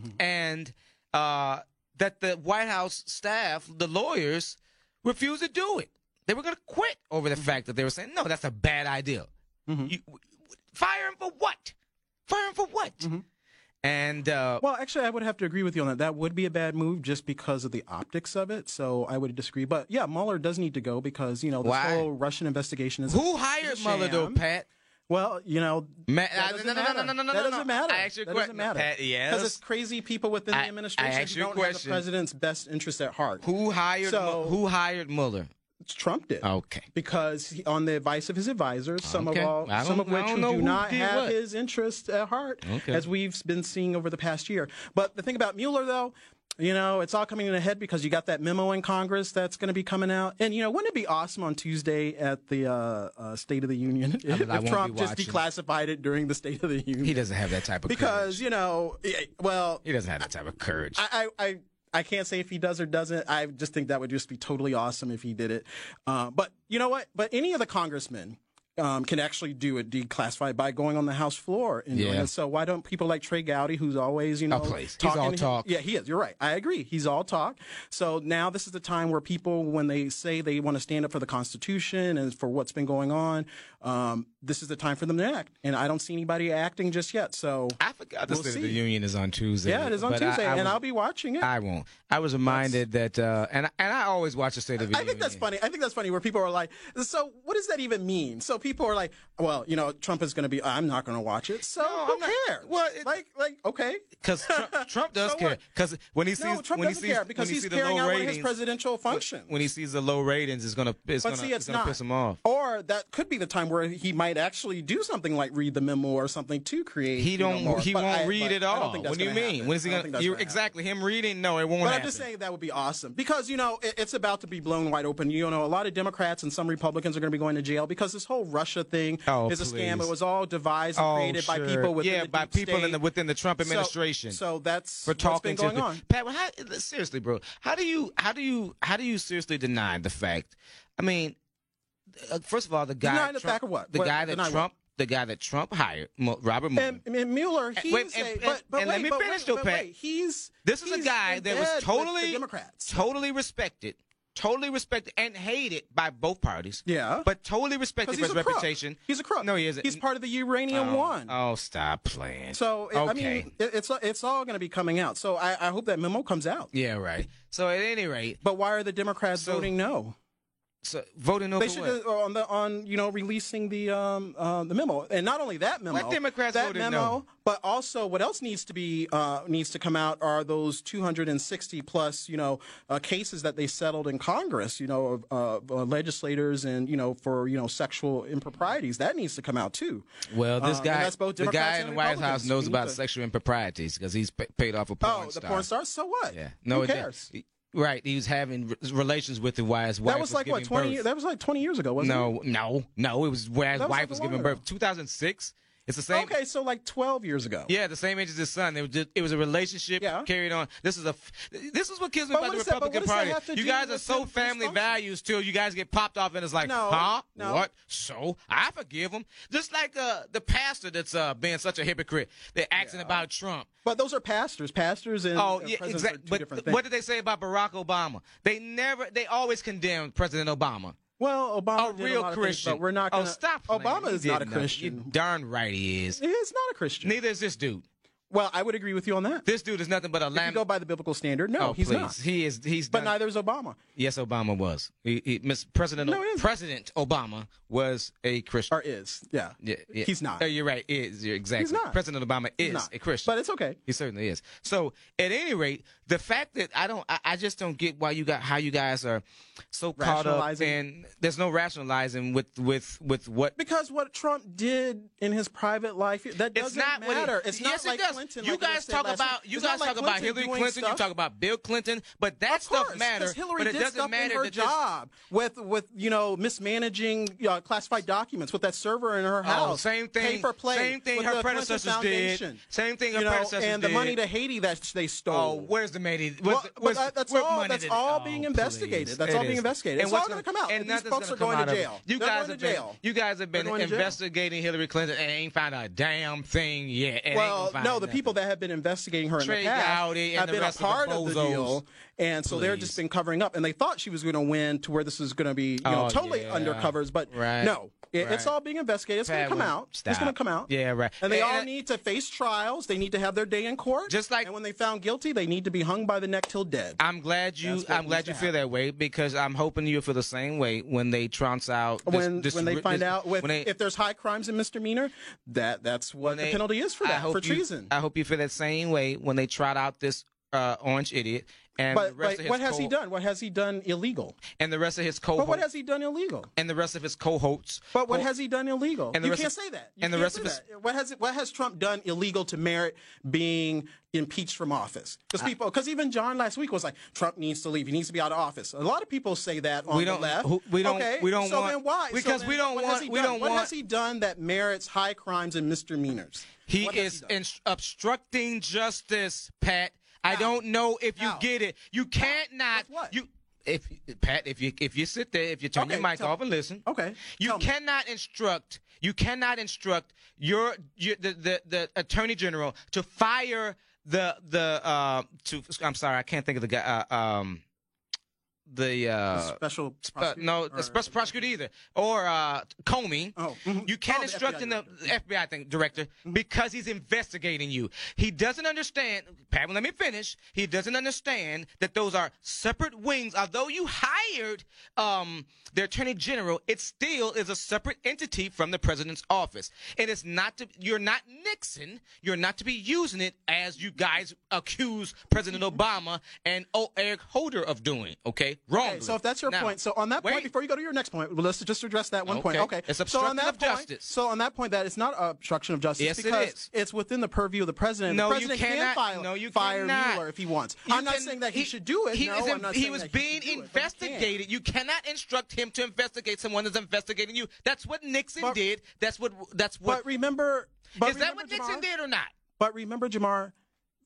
Speaker 2: Mm-hmm.
Speaker 1: and uh, that the White House staff, the lawyers, refused to do it. They were going to quit over
Speaker 2: Mm-hmm.
Speaker 1: the fact that they were saying, "No, that's a bad idea. You, fire him for what? Fire him for what?"
Speaker 2: Mm-hmm.
Speaker 1: And uh,
Speaker 2: Well, actually, I would have to agree with you on that. That would be a bad move just because of the optics of it. So I would disagree. But yeah, Mueller does need to go because you know this
Speaker 1: Why?
Speaker 2: whole Russian investigation is.
Speaker 1: who hired Mueller though,
Speaker 2: sham.
Speaker 1: Pat?
Speaker 2: Well, you know,
Speaker 1: Matt,
Speaker 2: that
Speaker 1: Uh, no,
Speaker 2: doesn't
Speaker 1: no, no, no,
Speaker 2: matter.
Speaker 1: no, no, no,
Speaker 2: That
Speaker 1: no.
Speaker 2: doesn't matter.
Speaker 1: I asked you a
Speaker 2: That
Speaker 1: que-
Speaker 2: doesn't matter.
Speaker 1: Pat, yes.
Speaker 2: Because it's crazy people within
Speaker 1: I- I
Speaker 2: the administration
Speaker 1: asked
Speaker 2: who
Speaker 1: you a
Speaker 2: don't have the
Speaker 1: question.
Speaker 2: president's best interest at heart.
Speaker 1: Who hired
Speaker 2: So-
Speaker 1: Mu- who hired Mueller?
Speaker 2: Trump did.
Speaker 1: Okay.
Speaker 2: Because he, on the advice of his advisors, some
Speaker 1: Okay.
Speaker 2: of all,
Speaker 1: I
Speaker 2: some
Speaker 1: don't-
Speaker 2: of which
Speaker 1: I don't
Speaker 2: who
Speaker 1: know
Speaker 2: do
Speaker 1: who
Speaker 2: not
Speaker 1: did
Speaker 2: have
Speaker 1: what.
Speaker 2: his interest at heart,
Speaker 1: Okay.
Speaker 2: as we've been seeing over the past year. But the thing about Mueller, though, you know, it's all coming in ahead because you got that memo in Congress that's going to be coming out. And you know, wouldn't it be awesome on Tuesday at the uh, uh, State of the Union if,
Speaker 1: mean, I won't
Speaker 2: Trump
Speaker 1: be
Speaker 2: just
Speaker 1: watching.
Speaker 2: declassified it during the State of the Union?
Speaker 1: He doesn't have that type of courage.
Speaker 2: because you know, eh, well,
Speaker 1: He doesn't have that type of courage.
Speaker 2: I, I, I, I can't say if he does or doesn't. I just think that would just be totally awesome if he did it. Uh, but you know what? But any of the congressmen um, can actually do it declassified by going on the House floor and doing
Speaker 1: Yeah.
Speaker 2: it. So why don't people like Trey Gowdy, who's always you know
Speaker 1: please. He's
Speaker 2: talking-
Speaker 1: all talk.
Speaker 2: Yeah, he is. You're right. I agree. He's all talk. So now this is the time where people, when they say they want to stand up for the Constitution and for what's been going on, um, this is the time for them to act. And I don't see anybody acting just yet. So
Speaker 1: I forgot the
Speaker 2: We'll
Speaker 1: State of the
Speaker 2: see.
Speaker 1: Union is on Tuesday.
Speaker 2: yeah, it is on
Speaker 1: but I-
Speaker 2: Tuesday,
Speaker 1: I
Speaker 2: and
Speaker 1: was-
Speaker 2: I'll be watching it.
Speaker 1: I won't. I was reminded that, uh, and and I always watch the State of the
Speaker 2: I
Speaker 1: Union.
Speaker 2: think that's funny. I think that's funny where people are like, so what does that even mean? So people are like, well, you know, Trump is going to be, I'm not going to watch it. So
Speaker 1: No,
Speaker 2: who
Speaker 1: I'm not-
Speaker 2: cares?
Speaker 1: well, it-
Speaker 2: like, like, okay.
Speaker 1: because Trump, Trump does
Speaker 2: So
Speaker 1: care.
Speaker 2: what?
Speaker 1: Because when he sees
Speaker 2: No, Trump
Speaker 1: when he
Speaker 2: doesn't
Speaker 1: sees-
Speaker 2: care
Speaker 1: when
Speaker 2: because
Speaker 1: he
Speaker 2: he's
Speaker 1: sees the
Speaker 2: carrying
Speaker 1: low
Speaker 2: out one of
Speaker 1: ratings,
Speaker 2: his presidential functions.
Speaker 1: when he sees the low ratings, it's gonna it's
Speaker 2: but
Speaker 1: gonna,
Speaker 2: see, it's
Speaker 1: gonna
Speaker 2: not. Oh,
Speaker 1: piss him off.
Speaker 2: Or that could be the time where he might actually do something like read the memo or something to create.
Speaker 1: He
Speaker 2: you know,
Speaker 1: don't.
Speaker 2: more.
Speaker 1: he
Speaker 2: But
Speaker 1: won't
Speaker 2: I-
Speaker 1: read
Speaker 2: but
Speaker 1: at
Speaker 2: I don't
Speaker 1: all.
Speaker 2: think that's
Speaker 1: What do you
Speaker 2: gonna
Speaker 1: mean?
Speaker 2: happen.
Speaker 1: When is he
Speaker 2: I don't think
Speaker 1: gonna?
Speaker 2: that's
Speaker 1: You're,
Speaker 2: gonna happen.
Speaker 1: exactly him reading? No, it won't.
Speaker 2: But
Speaker 1: happen.
Speaker 2: I'm just saying that would be awesome because you know it, it's about to be blown wide open. You know, a lot of Democrats and some Republicans are going to be going to jail because this whole Russia thing
Speaker 1: Oh,
Speaker 2: is a scam.
Speaker 1: please.
Speaker 2: It was all devised and
Speaker 1: Oh,
Speaker 2: created
Speaker 1: sure.
Speaker 2: by people within
Speaker 1: yeah,
Speaker 2: the
Speaker 1: by
Speaker 2: deep
Speaker 1: people in the
Speaker 2: state.
Speaker 1: within the Trump
Speaker 2: So-
Speaker 1: administration.
Speaker 2: So, that's
Speaker 1: for talking
Speaker 2: what's been
Speaker 1: to
Speaker 2: going on.
Speaker 1: Pat, well, how, seriously, bro, how do you how do you how do you seriously deny the fact? I mean, uh, first of all, the guy
Speaker 2: Deny the
Speaker 1: Trump-
Speaker 2: fact of what?
Speaker 1: the
Speaker 2: What-
Speaker 1: guy that
Speaker 2: deny what?
Speaker 1: Trump the guy that Trump hired Mu- Robert Mueller.
Speaker 2: And, and Mueller, he's
Speaker 1: wait,
Speaker 2: a,
Speaker 1: and-
Speaker 2: but, but
Speaker 1: and
Speaker 2: wait,
Speaker 1: let me
Speaker 2: but
Speaker 1: finish
Speaker 2: wait,
Speaker 1: though,
Speaker 2: but
Speaker 1: Pat.
Speaker 2: wait, he's
Speaker 1: this is a
Speaker 2: he's
Speaker 1: guy
Speaker 2: in
Speaker 1: that was
Speaker 2: bed with the
Speaker 1: totally
Speaker 2: Democrats.
Speaker 1: totally respected, totally respected and hated by both parties.
Speaker 2: Yeah.
Speaker 1: but totally respected
Speaker 2: because
Speaker 1: for
Speaker 2: he's
Speaker 1: his
Speaker 2: a crook.
Speaker 1: reputation.
Speaker 2: He's a crook.
Speaker 1: No, he isn't.
Speaker 2: He's part of the Uranium One.
Speaker 1: Oh, stop playing.
Speaker 2: so it-
Speaker 1: okay.
Speaker 2: I mean, it, it's it's all going to be coming out. So I, I hope that memo comes out.
Speaker 1: yeah, right. So at any rate,
Speaker 2: But why are the Democrats
Speaker 1: So-
Speaker 2: voting no?
Speaker 1: so voting over
Speaker 2: They
Speaker 1: what?
Speaker 2: should uh, on the on you know releasing the um uh, the memo, and not only that memo,
Speaker 1: What Democrats
Speaker 2: that
Speaker 1: voted
Speaker 2: memo,
Speaker 1: no?
Speaker 2: but also what else needs to be uh, needs to come out are those 260 plus you know uh, cases that they settled in Congress, you know, of uh, uh, legislators and you know for you know sexual improprieties that needs to come out too.
Speaker 1: Well, this
Speaker 2: Uh, and
Speaker 1: guy,
Speaker 2: that's both
Speaker 1: the guy
Speaker 2: Democrats
Speaker 1: in the
Speaker 2: and
Speaker 1: White House
Speaker 2: Republicans.
Speaker 1: knows
Speaker 2: We
Speaker 1: about
Speaker 2: need to-
Speaker 1: sexual improprieties because he's pa paid off a porn
Speaker 2: Oh, the
Speaker 1: star.
Speaker 2: porn stars. So what?
Speaker 1: Yeah, no,
Speaker 2: Who
Speaker 1: it-
Speaker 2: cares?
Speaker 1: Right, he was having re- relations with the why his wife
Speaker 2: That was like what
Speaker 1: giving
Speaker 2: 20.
Speaker 1: birth.
Speaker 2: That was like 20 years ago, wasn't it?
Speaker 1: No, no, no. It was where his
Speaker 2: That was
Speaker 1: wife
Speaker 2: like
Speaker 1: was
Speaker 2: a while
Speaker 1: giving
Speaker 2: ago.
Speaker 1: birth. 2006. It's the same.
Speaker 2: Okay, so like 12 years ago.
Speaker 1: Yeah, the same age as his son. It was, just, it was a relationship
Speaker 2: Yeah.
Speaker 1: carried on. This is a. f- This is what kills me
Speaker 2: But
Speaker 1: about
Speaker 2: what
Speaker 1: the
Speaker 2: does that- but
Speaker 1: Republican
Speaker 2: what does that
Speaker 1: Party.
Speaker 2: have to
Speaker 1: You
Speaker 2: do
Speaker 1: guys
Speaker 2: with
Speaker 1: are so
Speaker 2: him
Speaker 1: family
Speaker 2: dysfunction?
Speaker 1: values till you guys get popped off and it's like,
Speaker 2: No,
Speaker 1: huh,
Speaker 2: no.
Speaker 1: what? So I forgive him. Just like uh, the pastor that's uh, being such a hypocrite. They're asking about Trump.
Speaker 2: But those are pastors. Pastors and,
Speaker 1: Oh
Speaker 2: and
Speaker 1: yeah,
Speaker 2: presidents
Speaker 1: exactly.
Speaker 2: are two
Speaker 1: But
Speaker 2: different
Speaker 1: th-
Speaker 2: things.
Speaker 1: what did they say about Barack Obama? They never. They always condemned President Obama.
Speaker 2: Well, Obama
Speaker 1: a
Speaker 2: did
Speaker 1: Oh, real
Speaker 2: lot of things,
Speaker 1: Christian.
Speaker 2: but we're not. Gonna,
Speaker 1: oh, stop. playing.
Speaker 2: Obama
Speaker 1: He
Speaker 2: is not a
Speaker 1: did nothing.
Speaker 2: Christian.
Speaker 1: You darn right he is.
Speaker 2: He is not a Christian.
Speaker 1: Neither is this dude.
Speaker 2: well, I would agree with you on that.
Speaker 1: This dude is nothing but a
Speaker 2: If you
Speaker 1: lamb.
Speaker 2: go by the biblical standard, no,
Speaker 1: oh,
Speaker 2: he's
Speaker 1: please.
Speaker 2: not.
Speaker 1: He is. He's.
Speaker 2: But
Speaker 1: done-
Speaker 2: neither is Obama
Speaker 1: Yes, Obama was. He, he, Miss President.
Speaker 2: No, he isn't.
Speaker 1: President Obama was a Christian.
Speaker 2: or is. Yeah,
Speaker 1: Yeah, yeah.
Speaker 2: he's not.
Speaker 1: Oh, you're right. Is you're exactly.
Speaker 2: not.
Speaker 1: President Obama is
Speaker 2: He's not.
Speaker 1: a Christian.
Speaker 2: But it's okay.
Speaker 1: He certainly is. So at any rate, the fact that I don't, I, I just don't get why you got how you guys are so caught up
Speaker 2: Rationalizing.
Speaker 1: and there's no rationalizing with with with what.
Speaker 2: Because what Trump did in his private life, that
Speaker 1: It's
Speaker 2: doesn't
Speaker 1: not what it-
Speaker 2: matter. it's not
Speaker 1: yes,
Speaker 2: like
Speaker 1: it does.
Speaker 2: Clinton.
Speaker 1: you
Speaker 2: like I
Speaker 1: guys
Speaker 2: said
Speaker 1: talk
Speaker 2: last week.
Speaker 1: about you
Speaker 2: It's
Speaker 1: guys
Speaker 2: not like
Speaker 1: talk about
Speaker 2: Clinton
Speaker 1: Hillary
Speaker 2: doing
Speaker 1: Clinton. You
Speaker 2: stuff.
Speaker 1: talk about Bill Clinton, but that
Speaker 2: Of course,
Speaker 1: stuff matters.
Speaker 2: 'cause Hillary
Speaker 1: but it
Speaker 2: did
Speaker 1: doesn't
Speaker 2: stuff
Speaker 1: matter
Speaker 2: in her
Speaker 1: that this-
Speaker 2: job with with you know mismanaging uh, classified documents with that server in her house.
Speaker 1: Oh, same thing-
Speaker 2: Pay for play.
Speaker 1: same thing
Speaker 2: with
Speaker 1: her
Speaker 2: the Clinton
Speaker 1: predecessors did.
Speaker 2: Foundation.
Speaker 1: Same thing her
Speaker 2: you know,
Speaker 1: predecessors
Speaker 2: and the
Speaker 1: did.
Speaker 2: money to Haiti that sh- they stole.
Speaker 1: Oh, where's the money? Where's,
Speaker 2: Well,
Speaker 1: the-
Speaker 2: but
Speaker 1: where's,
Speaker 2: that- that's
Speaker 1: where
Speaker 2: all-
Speaker 1: money
Speaker 2: that's
Speaker 1: did it- Oh,
Speaker 2: all being
Speaker 1: please.
Speaker 2: investigated. That's
Speaker 1: It
Speaker 2: all being
Speaker 1: is.
Speaker 2: investigated. It's
Speaker 1: what's
Speaker 2: all gonna come out.
Speaker 1: And
Speaker 2: These
Speaker 1: nothing's
Speaker 2: folks
Speaker 1: gonna
Speaker 2: are going
Speaker 1: come
Speaker 2: to
Speaker 1: out of it.
Speaker 2: jail.
Speaker 1: You guys
Speaker 2: They're going
Speaker 1: have
Speaker 2: to
Speaker 1: been,
Speaker 2: jail.
Speaker 1: You guys have been
Speaker 2: They're going to jail.
Speaker 1: investigating Hillary Clinton and ain't found a damn thing yet. And ain't
Speaker 2: Well,
Speaker 1: gonna find
Speaker 2: no, the
Speaker 1: nothing.
Speaker 2: people that have been investigating her in
Speaker 1: Trey
Speaker 2: the past
Speaker 1: Gowdy and
Speaker 2: have
Speaker 1: the
Speaker 2: been a
Speaker 1: rest of the
Speaker 2: part of the,
Speaker 1: bozos.
Speaker 2: deal, and so they're
Speaker 1: Please.
Speaker 2: just been covering up. And they thought she was going to win to where this was going to be, you know,
Speaker 1: Oh,
Speaker 2: totally
Speaker 1: yeah.
Speaker 2: undercovers, but
Speaker 1: Right.
Speaker 2: no, It- It's
Speaker 1: Right.
Speaker 2: all being investigated. It's going
Speaker 1: Pat
Speaker 2: to come
Speaker 1: would-
Speaker 2: out.
Speaker 1: stop.
Speaker 2: It's going to come out.
Speaker 1: Yeah, right.
Speaker 2: And they
Speaker 1: And-
Speaker 2: all
Speaker 1: and-
Speaker 2: need to face trials. They need to have their day in court.
Speaker 1: Just like-
Speaker 2: and when they found guilty, they need to be hung by the neck till dead.
Speaker 1: I'm glad you.
Speaker 2: That's what
Speaker 1: I'm glad
Speaker 2: needs
Speaker 1: you
Speaker 2: to
Speaker 1: feel that way because I'm hoping you feel the same way when they trounce out. This,
Speaker 2: when
Speaker 1: this-
Speaker 2: when they
Speaker 1: this-
Speaker 2: find out with,
Speaker 1: when they-
Speaker 2: if there's high crimes and misdemeanor, that that's what
Speaker 1: when
Speaker 2: the
Speaker 1: they-
Speaker 2: penalty is for
Speaker 1: I
Speaker 2: that
Speaker 1: hope
Speaker 2: for
Speaker 1: you-
Speaker 2: treason.
Speaker 1: I hope you feel that same way when they trot out this uh, orange idiot and the
Speaker 2: but
Speaker 1: rest
Speaker 2: but
Speaker 1: of his
Speaker 2: what has he
Speaker 1: cohort-
Speaker 2: done? What has he done illegal?
Speaker 1: And the rest of his
Speaker 2: But what
Speaker 1: cohorts
Speaker 2: has he done illegal?
Speaker 1: and the rest of his cohorts.
Speaker 2: But what has he done illegal?
Speaker 1: And the
Speaker 2: you
Speaker 1: rest
Speaker 2: can't
Speaker 1: of-
Speaker 2: say that. You
Speaker 1: and the
Speaker 2: can't
Speaker 1: rest
Speaker 2: say
Speaker 1: of us-
Speaker 2: that. what has what has Trump done illegal to merit being impeached from office? Because people, because even John last week was like, Trump needs to leave. He needs to be out of office. A lot of people say that on
Speaker 1: We don't-
Speaker 2: the left.
Speaker 1: who- we don't-
Speaker 2: Okay,
Speaker 1: we don't
Speaker 2: so
Speaker 1: want-
Speaker 2: then why? So
Speaker 1: because
Speaker 2: then
Speaker 1: we don't
Speaker 2: what has
Speaker 1: want-
Speaker 2: he
Speaker 1: we
Speaker 2: done?
Speaker 1: don't
Speaker 2: What
Speaker 1: want-
Speaker 2: has he done that merits high crimes and misdemeanors?
Speaker 1: He
Speaker 2: What has
Speaker 1: is
Speaker 2: done?
Speaker 1: ins- obstructing justice, Pat. I don't know if you
Speaker 2: How?
Speaker 1: get it. You can't not
Speaker 2: With what?
Speaker 1: you if Pat if you if you sit there if you turn your
Speaker 2: Okay,
Speaker 1: mic
Speaker 2: tell-
Speaker 1: off and listen.
Speaker 2: Okay,
Speaker 1: You
Speaker 2: tell me.
Speaker 1: cannot instruct. You cannot instruct your, your the, the the attorney general to fire the the uh to I'm sorry I can't think of the guy uh, um the uh
Speaker 2: special
Speaker 1: uh, no,
Speaker 2: prosecutor or-
Speaker 1: special prosecutor either, or uh, Comey.
Speaker 2: Oh, mhm.
Speaker 1: You can't
Speaker 2: Oh, the
Speaker 1: instruct
Speaker 2: FBI
Speaker 1: in the FBI thing, director
Speaker 2: Mm-hmm.
Speaker 1: because he's investigating you. He doesn't understand. Pat, let me finish. He doesn't understand that those are separate wings. Although you hired um, the attorney general, it still is a separate entity from the president's office, and it's not. To, you're not Nixon. You're not to be using it as you guys accuse President
Speaker 2: Mm-hmm.
Speaker 1: Obama and o- Eric Holder of doing. Okay, wrong.
Speaker 2: Okay, so if that's your
Speaker 1: Now,
Speaker 2: point, so on that
Speaker 1: wait.
Speaker 2: point, before you go to your next point, well, let's just address that one point.
Speaker 1: Okay.
Speaker 2: Okay,
Speaker 1: It's
Speaker 2: so on
Speaker 1: obstruction
Speaker 2: that
Speaker 1: of
Speaker 2: point,
Speaker 1: justice.
Speaker 2: So on that point, that it's not obstruction of justice
Speaker 1: Yes, it
Speaker 2: because
Speaker 1: is.
Speaker 2: it's within the purview of the president.
Speaker 1: No,
Speaker 2: the
Speaker 1: you
Speaker 2: president
Speaker 1: cannot-
Speaker 2: can file,
Speaker 1: no, you
Speaker 2: fire
Speaker 1: cannot.
Speaker 2: Mueller if he wants.
Speaker 1: You
Speaker 2: I'm not
Speaker 1: can-
Speaker 2: saying that he, should do it.
Speaker 1: He,
Speaker 2: no,
Speaker 1: is
Speaker 2: I'm
Speaker 1: in-
Speaker 2: not
Speaker 1: he
Speaker 2: saying
Speaker 1: was
Speaker 2: that
Speaker 1: being
Speaker 2: should do it, but he can.
Speaker 1: investigated. You cannot instruct him to investigate someone that's investigating you. That's what Nixon
Speaker 2: But-
Speaker 1: did. That's what. That's what.
Speaker 2: But remember, but
Speaker 1: is that
Speaker 2: remember,
Speaker 1: what Nixon
Speaker 2: Jamar?
Speaker 1: did or not?
Speaker 2: But remember, Jamar,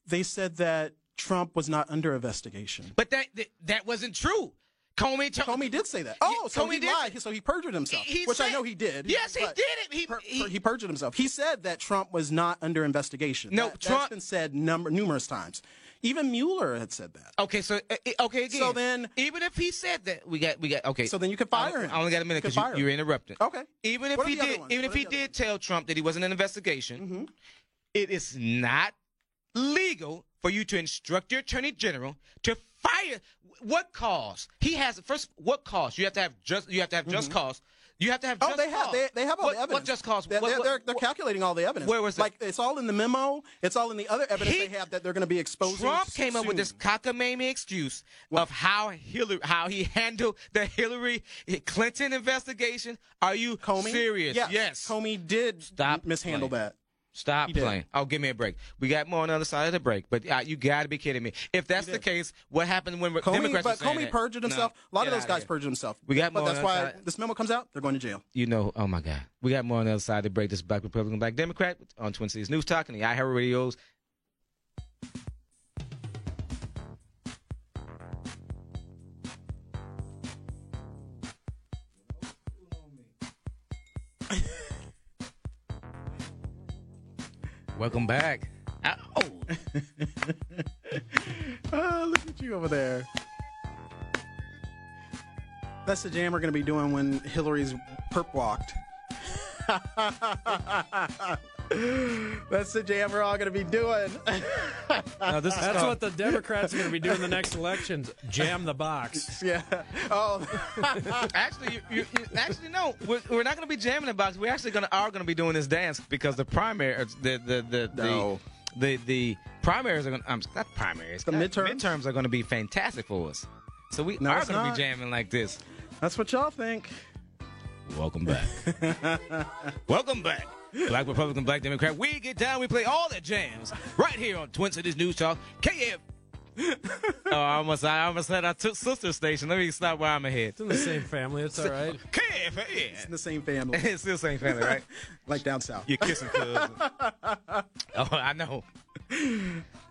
Speaker 2: they said that Trump was not under investigation.
Speaker 1: But that that, that wasn't true. Comey. to-
Speaker 2: Comey did say that. Oh, so
Speaker 1: Comey
Speaker 2: he
Speaker 1: did-
Speaker 2: lied. So he perjured himself,
Speaker 1: He- he
Speaker 2: which I
Speaker 1: said-
Speaker 2: know he did.
Speaker 1: Yes, he
Speaker 2: but-
Speaker 1: did it. He-
Speaker 2: per-
Speaker 1: he-
Speaker 2: per- he perjured himself. He said that Trump was not under investigation.
Speaker 1: No,
Speaker 2: that,
Speaker 1: Trump-
Speaker 2: has been said number, numerous times. Even Mueller had said that.
Speaker 1: Okay, so uh, uh, okay again.
Speaker 2: So then-
Speaker 1: even if he said that, we got we got okay.
Speaker 2: So then you could fire
Speaker 1: I,
Speaker 2: him.
Speaker 1: I only got a minute
Speaker 2: You could
Speaker 1: because you,
Speaker 2: fire him.
Speaker 1: you're interrupting.
Speaker 2: Okay.
Speaker 1: Even if
Speaker 2: What are
Speaker 1: he
Speaker 2: the other
Speaker 1: did,
Speaker 2: ones? Mm-hmm.
Speaker 1: even if
Speaker 2: What are
Speaker 1: he
Speaker 2: the other
Speaker 1: did tell Trump that he wasn't an investigation, it is not legal for you to instruct your attorney general to fire. What cause? He has first. What cause? You have to have just. You have to have just cause. You have to have.
Speaker 2: Mm-hmm. Oh,
Speaker 1: just
Speaker 2: they have
Speaker 1: cause.
Speaker 2: they, they have all
Speaker 1: what,
Speaker 2: the evidence.
Speaker 1: What just cause?
Speaker 2: They're,
Speaker 1: What-
Speaker 2: they're,
Speaker 1: what-
Speaker 2: they're, they're
Speaker 1: what-
Speaker 2: calculating all the evidence.
Speaker 1: Where was it?
Speaker 2: like it's all in the memo. It's all in the other evidence
Speaker 1: He-
Speaker 2: they have that they're going to be exposing.
Speaker 1: Trump came up with
Speaker 2: soon.
Speaker 1: this cockamamie excuse of how Hillary, how he handled the Hillary Clinton investigation. Are you
Speaker 2: Comey.
Speaker 1: serious?
Speaker 2: Yes. Comey did
Speaker 1: Stop
Speaker 2: mishandle
Speaker 1: playing.
Speaker 2: that.
Speaker 1: Stop
Speaker 2: He did.
Speaker 1: playing. Oh, give me a break. We got more on the other side of the break, but uh, you got to be kidding me. If that's the case, what happened when
Speaker 2: Comey,
Speaker 1: Democrats? were
Speaker 2: but
Speaker 1: saying
Speaker 2: Comey
Speaker 1: that?
Speaker 2: perjured himself.
Speaker 1: No,
Speaker 2: a lot
Speaker 1: get
Speaker 2: of those
Speaker 1: outta
Speaker 2: guys
Speaker 1: here.
Speaker 2: perjured himself.
Speaker 1: We got
Speaker 2: but
Speaker 1: more
Speaker 2: that's
Speaker 1: on our
Speaker 2: why
Speaker 1: side.
Speaker 2: this memo comes out. They're going to jail.
Speaker 1: You know, oh my God. We got more on the other side of the break. This is Black Republican, Black Democrat on Twin Cities News Talk and the iHeart Radios.
Speaker 3: Welcome back.
Speaker 1: Oh,
Speaker 2: Oh, look at you over there. That's the jam we're going to be doing when Hillary's perp walked. That's the jam we're all going to be doing.
Speaker 3: No, this is
Speaker 4: That's
Speaker 3: called-
Speaker 4: what the Democrats are going to be doing the next elections. Jam the box.
Speaker 2: yeah. Oh,
Speaker 1: actually, you, you, you- actually no. We're, we're not going to be jamming the box. We're actually going to are going to be doing this dance because the primary, uh, the the the
Speaker 2: No.
Speaker 1: the, the, the primaries are going. to I'm not primaries.
Speaker 2: The
Speaker 1: God,
Speaker 2: midterms?
Speaker 1: midterms are going to be fantastic for us. So we
Speaker 2: No,
Speaker 1: are
Speaker 2: it's
Speaker 1: going to be
Speaker 2: not.
Speaker 1: jamming like this.
Speaker 2: that's what y'all think.
Speaker 1: Welcome back. Welcome back. Black Republican, Black Democrat. We get down. We play all the jams right here on Twin Cities News Talk. KF. oh, I almost, I almost said I took sister station. Let me stop where I'm ahead.
Speaker 4: It's in the same family. It's all right.
Speaker 1: KFN.
Speaker 2: In the same family,
Speaker 1: It's still same family, right?
Speaker 2: like down south.
Speaker 1: You're kissing cuz. oh, I know.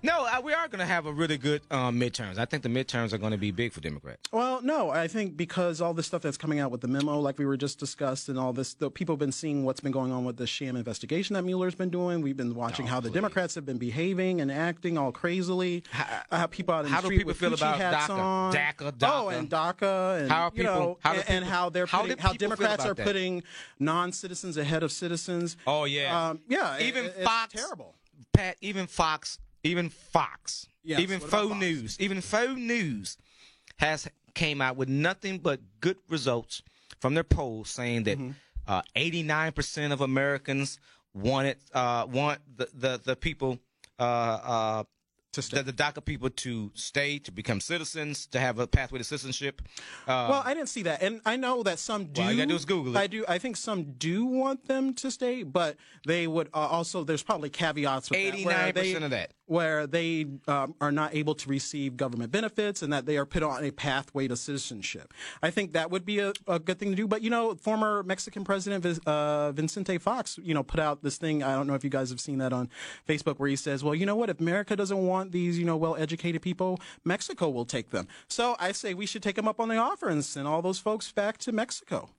Speaker 1: No, uh, we are going to have a really good um, midterms. I think the midterms are going to be big for Democrats.
Speaker 2: Well, no, I think because all this stuff that's coming out with the memo, like we were just discussed, and all this, the, people have been seeing what's been going on with the sham investigation that Mueller's been doing. We've been watching
Speaker 1: Oh,
Speaker 2: how the Democrats have been behaving and acting all crazily. How, uh, people out in
Speaker 1: how
Speaker 2: the
Speaker 1: do
Speaker 2: street
Speaker 1: people
Speaker 2: with
Speaker 1: feel
Speaker 2: Gucci
Speaker 1: about
Speaker 2: hats
Speaker 1: DACA?
Speaker 2: on.
Speaker 1: DACA,
Speaker 2: Oh,
Speaker 1: DACA.
Speaker 2: and DACA, and
Speaker 1: How are
Speaker 2: you know,
Speaker 1: people- how do
Speaker 2: and, and
Speaker 1: people-
Speaker 2: how they're
Speaker 1: how
Speaker 2: putting,
Speaker 1: do
Speaker 2: how
Speaker 1: people feel
Speaker 2: Democrats
Speaker 1: about
Speaker 2: are
Speaker 1: that?
Speaker 2: putting non-citizens ahead of citizens.
Speaker 1: Oh, yeah.
Speaker 2: um, yeah,
Speaker 1: Even
Speaker 2: it- it's
Speaker 1: Fox-
Speaker 2: terrible.
Speaker 1: Pat, even Fox, even Fox,
Speaker 2: Yes,
Speaker 1: even
Speaker 2: what about
Speaker 1: faux
Speaker 2: Fox?
Speaker 1: news, even faux news has came out with nothing but good results from their polls saying that
Speaker 2: Mm-hmm.
Speaker 1: uh, 89% of Americans wanted uh, want the the, the people uh, uh,
Speaker 2: To
Speaker 1: the, the DACA people to stay to become citizens to have a pathway to citizenship. Uh,
Speaker 2: Well, I didn't see that, and I know that some do.
Speaker 1: all you gotta do is Google it.
Speaker 2: I do. I think some do want them to stay, but they would uh, also. There's probably caveats with that. where they-
Speaker 1: 89% of that.
Speaker 2: where they um, are not able to receive government benefits and that they are put on a pathway to citizenship. I think that would be a, a good thing to do. But you know, former Mexican President Vic- uh, Vicente Fox, you know, put out this thing. I don't know if you guys have seen that on Facebook, where he says, "Well, you know what? If America doesn't want these, you know, well-educated people, Mexico will take them." So I say we should take them up on the offer and send all those folks back to Mexico.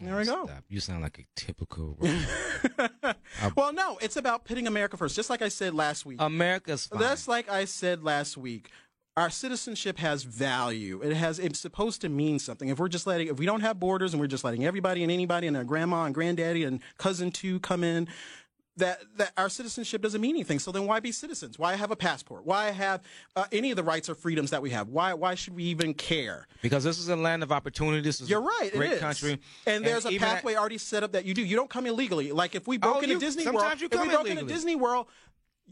Speaker 2: There we go.
Speaker 1: Stop. You sound like a typical. uh,
Speaker 2: Well, no, it's about pitting America first. Just like I said last week.
Speaker 1: America's fine.
Speaker 2: That's like I said last week. Our citizenship has value. It has it's supposed to mean something. If we're just letting if we don't have borders and we're just letting everybody and anybody and their grandma and granddaddy and cousin two come in, that that our citizenship doesn't mean anything. So then why be citizens? Why have a passport? Why have uh, any of the rights or freedoms that we have? Why why should we even care?
Speaker 1: because this is a land of opportunity. This is
Speaker 2: You're right.
Speaker 1: A great
Speaker 2: it is.
Speaker 1: country.
Speaker 2: And there's a
Speaker 1: even at-
Speaker 2: pathway already set up that you do. You don't come illegally. Like if we broke
Speaker 1: Oh,
Speaker 2: into
Speaker 1: you-
Speaker 2: Disney
Speaker 1: sometimes
Speaker 2: World,
Speaker 1: you
Speaker 2: if
Speaker 1: come
Speaker 2: we broke into
Speaker 1: illegally.
Speaker 2: Disney World,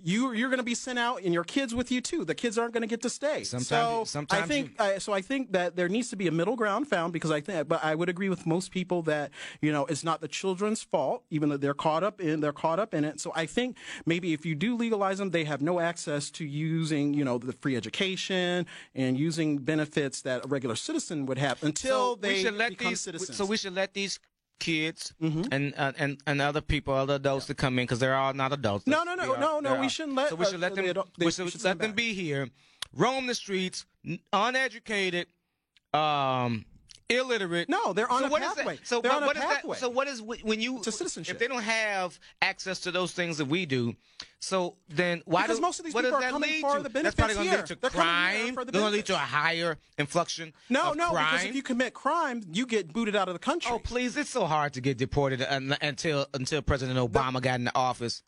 Speaker 2: you you're going to be sent out, and your kids with you too. The kids aren't going to get to stay.
Speaker 1: Sometimes
Speaker 2: so
Speaker 1: you- sometimes
Speaker 2: I think I, so. I think that there needs to be a middle ground found because I think, but I would agree with most people that you know it's not the children's fault, even though they're caught up in they're caught up in it. So I think maybe if you do legalize them, they have no access to using you know the free education and using benefits that a regular citizen would have until
Speaker 1: So
Speaker 2: they
Speaker 1: we should let
Speaker 2: become
Speaker 1: these,
Speaker 2: citizens. Mm-hmm.
Speaker 1: So we should let these kids and, uh, and and other people, other adults, to come in because they're all not adults.
Speaker 2: No, no,
Speaker 1: They
Speaker 2: no,
Speaker 1: are-
Speaker 2: no, no,
Speaker 1: they
Speaker 2: we
Speaker 1: are.
Speaker 2: shouldn't let-
Speaker 1: So we
Speaker 2: uh,
Speaker 1: should let
Speaker 2: the
Speaker 1: them.
Speaker 2: adult-
Speaker 1: we
Speaker 2: they- we
Speaker 1: should,
Speaker 2: should
Speaker 1: let
Speaker 2: send
Speaker 1: them
Speaker 2: back.
Speaker 1: be here, roam the streets, n- uneducated, um, illiterate.
Speaker 2: No, they're on
Speaker 1: so
Speaker 2: a
Speaker 1: what is
Speaker 2: pathway.
Speaker 1: That? So
Speaker 2: They're
Speaker 1: what-
Speaker 2: on a
Speaker 1: what is
Speaker 2: pathway.
Speaker 1: that? So what is wh- when you
Speaker 2: To citizenship.
Speaker 1: If they don't have access to those things that we do, so then why
Speaker 2: Because
Speaker 1: do
Speaker 2: most of these
Speaker 1: what
Speaker 2: people
Speaker 1: does
Speaker 2: are
Speaker 1: that
Speaker 2: coming
Speaker 1: lead
Speaker 2: for
Speaker 1: to?
Speaker 2: the
Speaker 1: That's probably
Speaker 2: benefits
Speaker 1: gonna
Speaker 2: here.
Speaker 1: lead to
Speaker 2: They're coming here
Speaker 1: crime.
Speaker 2: for the
Speaker 1: They're gonna lead
Speaker 2: benefits.
Speaker 1: to a higher inflection.
Speaker 2: No,
Speaker 1: of
Speaker 2: no, because
Speaker 1: crime.
Speaker 2: if you commit crime, you get booted out of the country.
Speaker 1: Oh please! It's so hard to get deported un- until until President Obama got into office.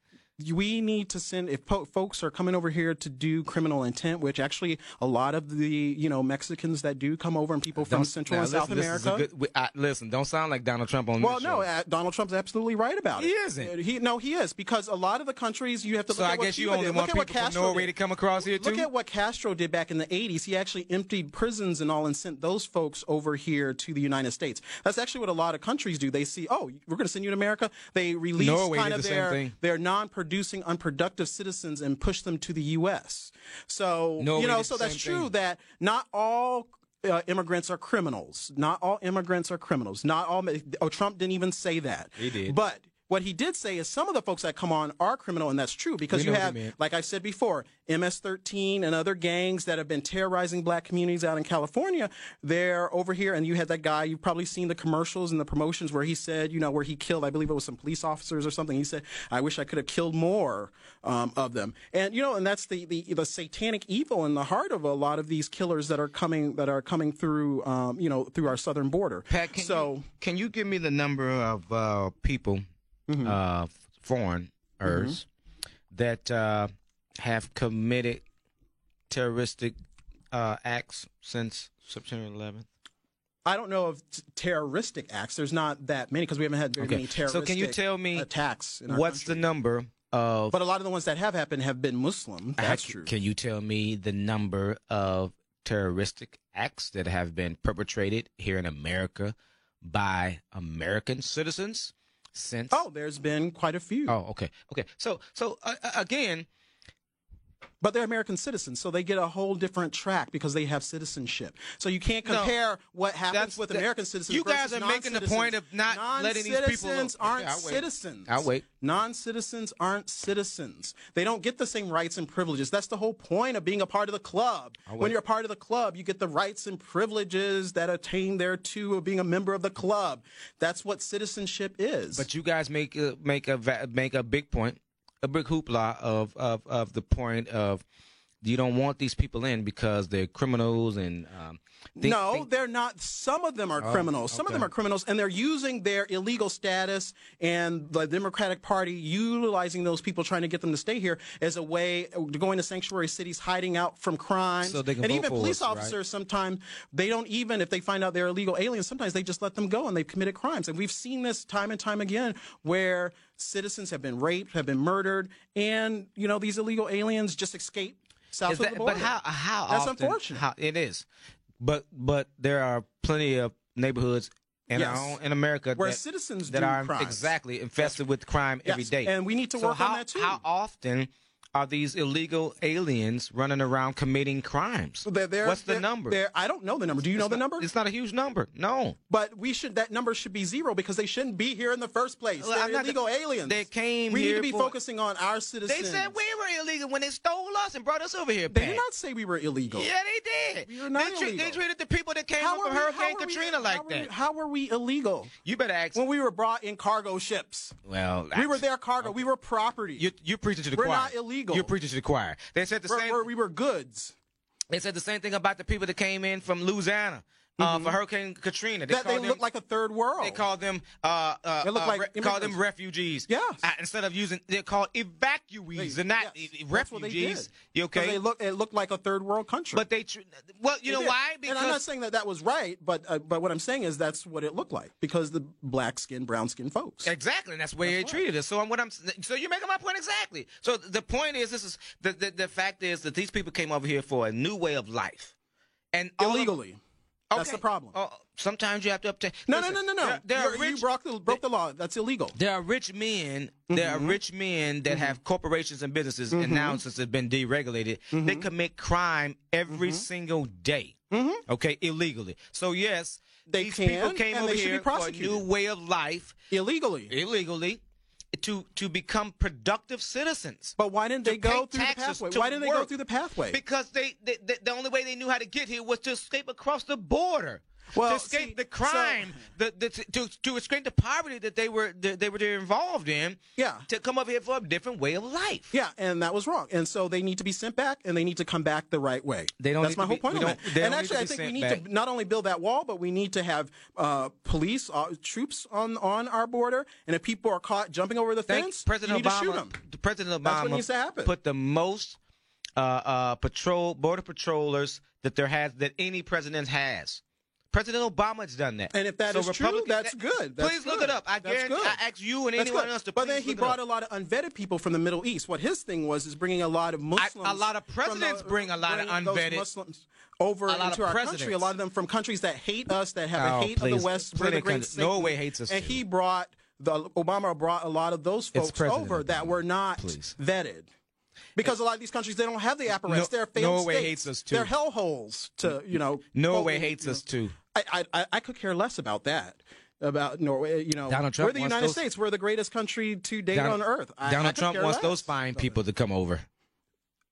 Speaker 2: we need to send if po- folks are coming over here to do criminal intent, which actually a lot of the you know Mexicans that do come over and people from Central
Speaker 1: Now,
Speaker 2: and South
Speaker 1: listen, this is a
Speaker 2: America.
Speaker 1: good- we- I- listen, don't sound like Donald Trump on
Speaker 2: well,
Speaker 1: this
Speaker 2: no,
Speaker 1: show.
Speaker 2: uh, Donald Trump's absolutely right about
Speaker 1: He
Speaker 2: it.
Speaker 1: isn't.
Speaker 2: He no, he is because a lot of the countries you have to.
Speaker 1: So
Speaker 2: look at
Speaker 1: I
Speaker 2: what
Speaker 1: guess you
Speaker 2: Cuba
Speaker 1: only
Speaker 2: did.
Speaker 1: want
Speaker 2: look at what
Speaker 1: people from
Speaker 2: Castro
Speaker 1: Norway
Speaker 2: did.
Speaker 1: to come across here too.
Speaker 2: Look at what Castro did back in the 80s. He actually emptied prisons and all and sent those folks over here to the United States. That's actually what a lot of countries do. They see, oh, we're going to send you to America. They release
Speaker 1: Norway
Speaker 2: kind
Speaker 1: did
Speaker 2: of
Speaker 1: the same
Speaker 2: their,
Speaker 1: thing.
Speaker 2: their non producing, unproductive citizens and push them to the U.S. So,
Speaker 1: Norway
Speaker 2: you know,
Speaker 1: did
Speaker 2: so
Speaker 1: the
Speaker 2: that's
Speaker 1: same
Speaker 2: true
Speaker 1: thing.
Speaker 2: that not all. Uh, immigrants are criminals. Not all immigrants are criminals. Not all. Oh, Trump didn't even say that. He
Speaker 1: did.
Speaker 2: But what he did say is some of the folks that come on are criminal, and that's true because
Speaker 1: We
Speaker 2: you
Speaker 1: know what he
Speaker 2: have
Speaker 1: meant.
Speaker 2: like I said before, MS-13 and other gangs that have been terrorizing black communities out in California, they're over here. And you had that guy, you've probably seen the commercials and the promotions where he said, you know, where he killed, I believe it was some police officers or something. He said, I wish I could have killed more um, of them. And, you know, and that's the, the, the satanic evil in the heart of a lot of these killers that are coming, that are coming through, um, you know, through our southern border.
Speaker 1: Pat, can
Speaker 2: so.
Speaker 1: you, can you give me the number of uh, people,
Speaker 2: Mm-hmm.
Speaker 1: uh, foreigners, that uh, have committed terroristic uh, acts since September 11th?
Speaker 2: I don't know of t- terroristic acts. There's not that many because we haven't had very
Speaker 1: Okay.
Speaker 2: many
Speaker 1: So
Speaker 2: terroristic
Speaker 1: can you tell me
Speaker 2: attacks. In our
Speaker 1: What's
Speaker 2: country.
Speaker 1: the number of?
Speaker 2: But a lot of the ones that have happened have been Muslim. That's
Speaker 1: Ac-
Speaker 2: true.
Speaker 1: Uh, Can you tell me the number of terroristic acts that have been perpetrated here in America by American citizens since?
Speaker 2: Oh, there's been quite a few.
Speaker 1: Oh, okay, okay. So, so uh, uh, again,
Speaker 2: But they're American citizens, so they get a whole different track because they have citizenship. So you can't compare what happens
Speaker 1: that's-
Speaker 2: with
Speaker 1: that-
Speaker 2: American citizens.
Speaker 1: you guys
Speaker 2: versus
Speaker 1: are making the point of
Speaker 2: non-citizens.
Speaker 1: not letting these people-
Speaker 2: Non-citizens
Speaker 1: Okay,
Speaker 2: aren't
Speaker 1: I'll wait.
Speaker 2: citizens.
Speaker 1: I'll wait.
Speaker 2: Non-citizens aren't citizens. They don't get the same rights and privileges. That's the whole point of being a part of the club. When you're a part of the club, you get the rights and privileges that attain thereto of being a member of the club. That's what citizenship is.
Speaker 1: But you guys make a, make a va- make a big point, a big hoopla of of of the point of you don't want these people in because they're criminals and um, think-
Speaker 2: no,
Speaker 1: think- Oh,
Speaker 2: they're not. Some of them are criminals. Some of them are criminals, and they're using their illegal status and the Democratic Party utilizing those people, trying to get them to stay here as a way to going to sanctuary cities, hiding out from crime.
Speaker 1: So they can
Speaker 2: and
Speaker 1: vote
Speaker 2: even
Speaker 1: for us,
Speaker 2: police
Speaker 1: right?
Speaker 2: officers sometimes they don't even if they find out they're illegal aliens. Sometimes they just let them go and they've committed crimes, and we've seen this time and time again where citizens have been raped, have been murdered, and you know these illegal aliens just escape south
Speaker 1: Is
Speaker 2: of
Speaker 1: that-
Speaker 2: the border.
Speaker 1: but how how
Speaker 2: That's
Speaker 1: often-
Speaker 2: unfortunate.
Speaker 1: how- it is, but but there are plenty of neighborhoods in our
Speaker 2: Yes.
Speaker 1: own, in America
Speaker 2: Where
Speaker 1: that,
Speaker 2: citizens
Speaker 1: that
Speaker 2: do
Speaker 1: are
Speaker 2: crimes.
Speaker 1: exactly infested with crime every
Speaker 2: Yes,
Speaker 1: day,
Speaker 2: and we need to
Speaker 1: So
Speaker 2: work on
Speaker 1: how-
Speaker 2: that too.
Speaker 1: How often? Are these illegal aliens running around committing crimes?
Speaker 2: They're- they're-
Speaker 1: What's the
Speaker 2: they're-
Speaker 1: number?
Speaker 2: they're- I don't know the number. Do you know the number?
Speaker 1: It's not a huge number. No.
Speaker 2: But we should that number should be zero because they shouldn't be here in the first place.
Speaker 1: Well,
Speaker 2: They're
Speaker 1: I'm not-
Speaker 2: illegal aliens.
Speaker 1: they came
Speaker 2: We need
Speaker 1: here
Speaker 2: to be
Speaker 1: for-
Speaker 2: focusing on our citizens.
Speaker 1: They said we were illegal when they stole us and brought us over here.
Speaker 2: They
Speaker 1: Pat.
Speaker 2: did not say we were illegal.
Speaker 1: Yeah, they did.
Speaker 2: We were not
Speaker 1: they, treat- they
Speaker 2: illegal.
Speaker 1: treated the people that came
Speaker 2: How
Speaker 1: up
Speaker 2: are
Speaker 1: from
Speaker 2: we,
Speaker 1: Hurricane
Speaker 2: how are we-
Speaker 1: Katrina
Speaker 2: how
Speaker 1: like
Speaker 2: are
Speaker 1: that.
Speaker 2: We, how were we illegal
Speaker 1: you better ask.
Speaker 2: when we were brought in cargo ships?
Speaker 1: well,
Speaker 2: We were their cargo. We were property.
Speaker 1: You, you're preaching to the
Speaker 2: We're
Speaker 1: choir.
Speaker 2: not illegal.
Speaker 1: You're preaching to the choir. They said the
Speaker 2: We're-
Speaker 1: same.
Speaker 2: we're- we were goods.
Speaker 1: They said the same thing about the people that came in from Louisiana uh, for Hurricane Katrina. They
Speaker 2: Mm-hmm. that they
Speaker 1: called them,
Speaker 2: look like a third world.
Speaker 1: They called them. Uh, uh,
Speaker 2: They look
Speaker 1: uh,
Speaker 2: like
Speaker 1: re- called them
Speaker 2: immigrants.
Speaker 1: refugees.
Speaker 2: Yes.
Speaker 1: Uh, instead of using, they're called evacuees. They're not
Speaker 2: Yes,
Speaker 1: e-
Speaker 2: that's what they did.
Speaker 1: refugees. You okay?
Speaker 2: 'Cause They look. It looked like a third world country.
Speaker 1: but they. Tr- well, you know
Speaker 2: It is.
Speaker 1: why? Because
Speaker 2: and I'm not saying that that was right, but uh, but what I'm saying is that's what it looked like because the black skinned, brown skinned folks.
Speaker 1: Exactly, and that's where they treated us. So I'm what I'm. So you're making my point exactly. So the point is, this is the the, the fact is that these people came over here for a new way of life, and all of-
Speaker 2: illegally. That's
Speaker 1: Okay.
Speaker 2: the problem.
Speaker 1: Oh, sometimes you have to obtain.
Speaker 2: no,
Speaker 1: Listen,
Speaker 2: no, no, no, no,
Speaker 1: There, there are
Speaker 2: You're- you
Speaker 1: rich.
Speaker 2: broke the, broke the law. That's illegal.
Speaker 1: there are rich men. There
Speaker 2: Mm-hmm.
Speaker 1: are rich men that have corporations and businesses, and now since it's been deregulated, they
Speaker 2: Mm-hmm.
Speaker 1: commit crime every single day. Okay, illegally. So yes,
Speaker 2: Mm-hmm. They
Speaker 1: these
Speaker 2: can,
Speaker 1: people came
Speaker 2: and
Speaker 1: over
Speaker 2: they should be
Speaker 1: here for a new
Speaker 2: prosecuted.
Speaker 1: way of life.
Speaker 2: Illegally.
Speaker 1: illegally to to become productive citizens.
Speaker 2: but why didn't
Speaker 1: to
Speaker 2: they go
Speaker 1: pay
Speaker 2: through the
Speaker 1: taxes,
Speaker 2: pathway?
Speaker 1: to
Speaker 2: Why didn't they go
Speaker 1: work?
Speaker 2: through the pathway?
Speaker 1: Because they, they, they the only way they knew how to get here was to escape across the border.
Speaker 2: Well,
Speaker 1: to escape
Speaker 2: see,
Speaker 1: the
Speaker 2: so-
Speaker 1: crime, the, the to to escape the poverty that they were that they were involved in.
Speaker 2: Yeah.
Speaker 1: To come over here for a different way of life.
Speaker 2: yeah, and that was wrong. And so they need to be sent back, and they need to come back the right way.
Speaker 1: They don't need
Speaker 2: That's my
Speaker 1: to
Speaker 2: whole
Speaker 1: be-
Speaker 2: point
Speaker 1: we
Speaker 2: on that.
Speaker 1: don't- they
Speaker 2: And
Speaker 1: don't need to
Speaker 2: actually, I
Speaker 1: be
Speaker 2: think
Speaker 1: sent
Speaker 2: we need
Speaker 1: back.
Speaker 2: to not only build that wall, but we need to have uh, police uh, troops on on our border. And if people are caught jumping over the
Speaker 1: Thank
Speaker 2: fence,
Speaker 1: President
Speaker 2: you need
Speaker 1: Obama.
Speaker 2: to shoot them.
Speaker 1: the President
Speaker 2: That's what
Speaker 1: Obama
Speaker 2: needs to happen.
Speaker 1: put the most uh, uh, patrol border patrollers that there has that any president has. President Obama's done that.
Speaker 2: And if that
Speaker 1: so
Speaker 2: is true,
Speaker 1: Republicans-
Speaker 2: that's good. That's
Speaker 1: please look it
Speaker 2: good.
Speaker 1: up. I
Speaker 2: That's
Speaker 1: guarantee.
Speaker 2: good.
Speaker 1: I ask you and
Speaker 2: That's
Speaker 1: anyone
Speaker 2: good.
Speaker 1: else to.
Speaker 2: But
Speaker 1: please
Speaker 2: then he
Speaker 1: look
Speaker 2: brought
Speaker 1: it
Speaker 2: a
Speaker 1: up.
Speaker 2: lot of unvetted people from the Middle East. What his thing was is bringing a lot of Muslims.
Speaker 1: a lot of
Speaker 2: from
Speaker 1: presidents bring a lot of
Speaker 2: bring those
Speaker 1: unvetted-
Speaker 2: Muslims over
Speaker 1: lot of
Speaker 2: into our country. A
Speaker 1: presidents.
Speaker 2: lot of them from countries that hate us, that have
Speaker 1: Oh,
Speaker 2: a hate of
Speaker 1: please.
Speaker 2: the West. we're
Speaker 1: Plenty
Speaker 2: the
Speaker 1: of
Speaker 2: great
Speaker 1: countries.
Speaker 2: Satan.
Speaker 1: Norway hates us
Speaker 2: And
Speaker 1: too.
Speaker 2: he brought the Obama brought a lot of those folks
Speaker 1: President
Speaker 2: over that
Speaker 1: Obama.
Speaker 2: were not
Speaker 1: Please.
Speaker 2: vetted. Because a lot of these countries, they don't have the apparatus.
Speaker 1: No-
Speaker 2: They're failed
Speaker 1: Norway
Speaker 2: states.
Speaker 1: hates us, too.
Speaker 2: They're hellholes to, you know.
Speaker 1: Norway
Speaker 2: quote,
Speaker 1: hates
Speaker 2: you
Speaker 1: us
Speaker 2: know.
Speaker 1: too.
Speaker 2: I, I, I could care less about that. About Norway, you know,
Speaker 1: Donald Trump
Speaker 2: we're the
Speaker 1: wants
Speaker 2: United
Speaker 1: those-
Speaker 2: States. We're the greatest country to date on earth. I, I
Speaker 1: Donald
Speaker 2: could
Speaker 1: Trump
Speaker 2: care
Speaker 1: wants
Speaker 2: less.
Speaker 1: those fine people to come over.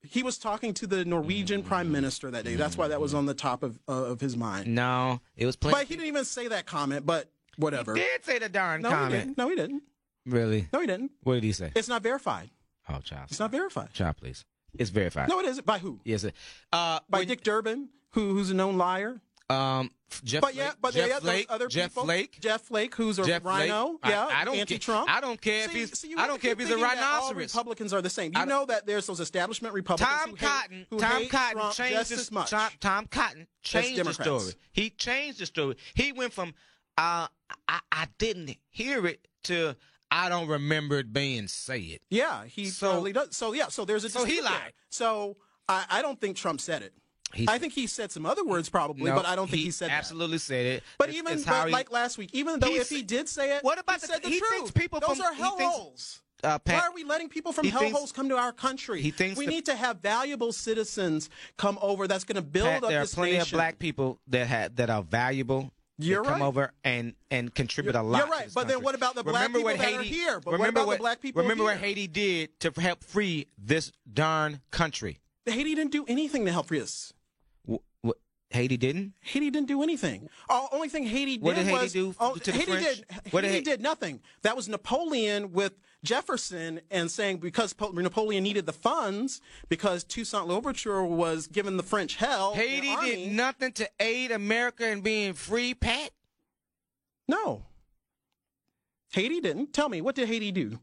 Speaker 2: He was talking to the Norwegian prime minister that day. That's why that was on the top of uh, of his mind.
Speaker 1: No, it was plenty.
Speaker 2: But he didn't even say that comment. But whatever.
Speaker 1: did say the darn
Speaker 2: no, he
Speaker 1: comment.
Speaker 2: didn't. No, he didn't.
Speaker 1: Really?
Speaker 2: No, he didn't.
Speaker 1: What did he say?
Speaker 2: It's not verified.
Speaker 1: Oh, child.
Speaker 2: It's not verified.
Speaker 1: Child, please. It's verified.
Speaker 2: No, it isn't. By who?
Speaker 1: Yes. it- Uh,
Speaker 2: By
Speaker 1: when-
Speaker 2: Dick Durbin, who who's a known liar.
Speaker 1: Um, Jeff.
Speaker 2: But yeah, but
Speaker 1: Jeff
Speaker 2: there are those
Speaker 1: Flake,
Speaker 2: other
Speaker 1: Jeff
Speaker 2: people.
Speaker 1: Flake.
Speaker 2: Jeff Flake, who's a
Speaker 1: Jeff Flake.
Speaker 2: rhino.
Speaker 1: I-
Speaker 2: yeah,
Speaker 1: I don't ca-
Speaker 2: anti-Trump.
Speaker 1: I don't care if he's-
Speaker 2: you
Speaker 1: I
Speaker 2: have
Speaker 1: don't
Speaker 2: to
Speaker 1: care
Speaker 2: keep
Speaker 1: if he's a
Speaker 2: thinking that all
Speaker 1: rhinoceros.
Speaker 2: Republicans are the same.
Speaker 1: I
Speaker 2: You
Speaker 1: don't-
Speaker 2: know that there's those establishment Republicans
Speaker 1: Tom
Speaker 2: who
Speaker 1: Cotton.
Speaker 2: hate, who
Speaker 1: Tom
Speaker 2: hate
Speaker 1: Cotton
Speaker 2: Trump
Speaker 1: changed
Speaker 2: just
Speaker 1: his-
Speaker 2: as much.
Speaker 1: Tom, Tom Cotton changed the
Speaker 2: Democrats.
Speaker 1: story. He changed the story. He went from uh, I, I didn't hear it to I don't remember it being said.
Speaker 2: Yeah, he
Speaker 1: So-
Speaker 2: probably does. So yeah, so there's a
Speaker 1: So he
Speaker 2: dispute there.
Speaker 1: lied.
Speaker 2: So I, I don't think Trump said it.
Speaker 1: He-
Speaker 2: I think he said some other words probably,
Speaker 1: No,
Speaker 2: but I don't think he, said that.
Speaker 1: absolutely said it.
Speaker 2: But
Speaker 1: It's-
Speaker 2: even
Speaker 1: it's
Speaker 2: but
Speaker 1: how he-
Speaker 2: like last week, even though
Speaker 1: He
Speaker 2: if
Speaker 1: sa-
Speaker 2: he did say it,
Speaker 1: What about
Speaker 2: he
Speaker 1: the-
Speaker 2: said the
Speaker 1: he
Speaker 2: truth?
Speaker 1: thinks people
Speaker 2: those
Speaker 1: from-
Speaker 2: are
Speaker 1: he thinks-
Speaker 2: hellholes.
Speaker 1: uh, Pat.
Speaker 2: Why are we letting people from
Speaker 1: He thinks-
Speaker 2: hellholes come to our country?
Speaker 1: He thinks
Speaker 2: we
Speaker 1: that-
Speaker 2: need to have valuable citizens come over. That's going to build
Speaker 1: Pat,
Speaker 2: up
Speaker 1: there are
Speaker 2: this
Speaker 1: plenty
Speaker 2: nation.
Speaker 1: of black people that ha- that are valuable. that
Speaker 2: You're
Speaker 1: Come
Speaker 2: right.
Speaker 1: over and and contribute a lot.
Speaker 2: you're
Speaker 1: to
Speaker 2: right,
Speaker 1: this
Speaker 2: but then
Speaker 1: country.
Speaker 2: what about the black
Speaker 1: remember
Speaker 2: people
Speaker 1: what
Speaker 2: that are
Speaker 1: Haiti,
Speaker 2: here? But what
Speaker 1: remember
Speaker 2: about the black people
Speaker 1: Remember what
Speaker 2: here?
Speaker 1: Haiti did to help free this darn country?
Speaker 2: Haiti didn't do anything to help us.
Speaker 1: W- what, Haiti didn't.
Speaker 2: Haiti didn't do anything. The only thing Haiti did,
Speaker 1: What did Haiti
Speaker 2: was
Speaker 1: do f- to the
Speaker 2: Haiti
Speaker 1: French?
Speaker 2: did
Speaker 1: What did
Speaker 2: Haiti
Speaker 1: Ha-
Speaker 2: did nothing. That was Napoleon with Jefferson and saying because Po- Napoleon needed the funds because Toussaint Louverture was giving the French hell. Oh, the
Speaker 1: Haiti
Speaker 2: army.
Speaker 1: did nothing to aid America in being free, Pat.
Speaker 2: No. Haiti didn't. Tell me, what did Haiti do?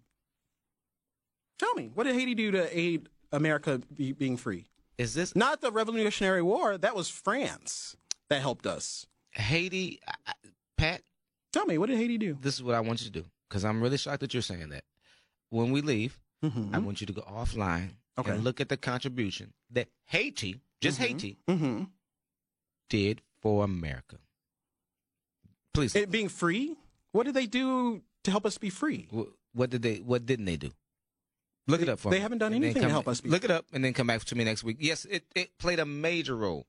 Speaker 2: Tell me, what did Haiti do to aid America be, being free?
Speaker 1: Is this
Speaker 2: Not the Revolutionary War. That was France that helped us.
Speaker 1: Haiti, I, I, Pat?
Speaker 2: Tell me, what did Haiti do?
Speaker 1: This is what I want you to do because I'm really shocked that you're saying that. When we leave, I want you to go offline
Speaker 2: Mm-hmm. Okay.
Speaker 1: and look at the contribution that Haiti, just Haiti,
Speaker 2: Mm-hmm.
Speaker 1: did for America. Please,
Speaker 2: It being free? What did they do to help us be free?
Speaker 1: wh- what did they? What didn't they do? Look it
Speaker 2: They-
Speaker 1: up for
Speaker 2: they
Speaker 1: me.
Speaker 2: haven't done
Speaker 1: and then
Speaker 2: anything to
Speaker 1: come-
Speaker 2: help us be
Speaker 1: Look it up and then come back to me next week. Yes, it, it played a major role.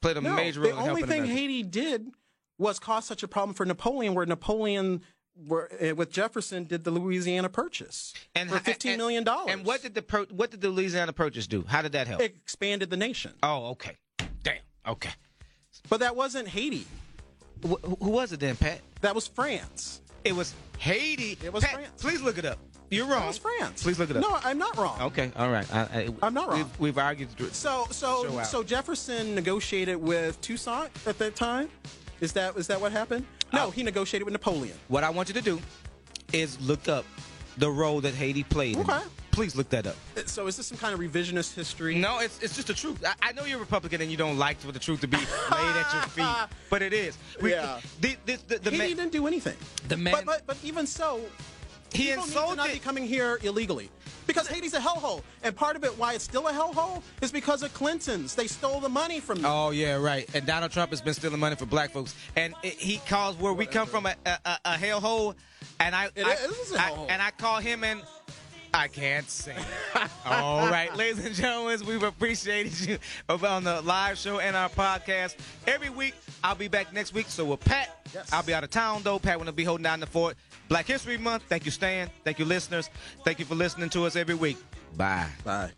Speaker 1: Played a
Speaker 2: no,
Speaker 1: major
Speaker 2: the
Speaker 1: role. in
Speaker 2: only
Speaker 1: helping
Speaker 2: thing
Speaker 1: America.
Speaker 2: Haiti did was cause such a problem for Napoleon, where Napoleon, were, uh, with Jefferson, did the Louisiana Purchase for fifteen million dollars.
Speaker 1: And what did the pur- what did the Louisiana Purchase do? How did that help?
Speaker 2: it expanded the nation?
Speaker 1: oh, okay. Damn. Okay.
Speaker 2: But that wasn't Haiti.
Speaker 1: Wh- who- who was it then, Pat?
Speaker 2: That was France.
Speaker 1: It was Haiti.
Speaker 2: It was
Speaker 1: Pat,
Speaker 2: France.
Speaker 1: Please look it up. You're wrong.
Speaker 2: That was France.
Speaker 1: Please look it up. Oh.
Speaker 2: No, I'm not wrong.
Speaker 1: Okay. All right. I, I,
Speaker 2: I'm not wrong.
Speaker 1: We've, we've argued. through it.
Speaker 2: So,
Speaker 1: Show
Speaker 2: so,
Speaker 1: out.
Speaker 2: so Jefferson negotiated with Toussaint at that time. Is that is that what happened?
Speaker 1: Oh.
Speaker 2: No, he negotiated with Napoleon.
Speaker 1: What I want you to do is look up the role that Haiti played. in
Speaker 2: Okay.
Speaker 1: it. Please look that up.
Speaker 2: So, is this some kind of revisionist history?
Speaker 1: No, it's, it's just the truth. I, I know you're Republican and you don't like for the truth to be laid at your feet, but it is.
Speaker 2: Yeah.
Speaker 1: The, the, the, the
Speaker 2: Haiti
Speaker 1: man-
Speaker 2: didn't do anything.
Speaker 1: The man-
Speaker 2: But, but, but even so,
Speaker 1: he
Speaker 2: people need to
Speaker 1: insulted.
Speaker 2: not be coming here illegally. Because Haiti's a hellhole. And part of it why it's still a hellhole is because of Clinton's. They stole the money from them.
Speaker 1: Oh yeah, right. And Donald Trump has been stealing money for black folks, and it, he calls where we come from a a, a, a hellhole, and I,
Speaker 2: It
Speaker 1: I-
Speaker 2: is a
Speaker 1: I-
Speaker 2: hellhole.
Speaker 1: and I call him and I can't say. it. All right, ladies and gentlemen, we've appreciated you over on the live show and our podcast every week. I'll be back next week. So with Pat,
Speaker 2: Yes.
Speaker 1: I'll be out of town though. Pat will be holding down the fort. Black History Month. Thank you, Stan. Thank you, listeners. Thank you for listening to us every week. Bye.
Speaker 2: Bye.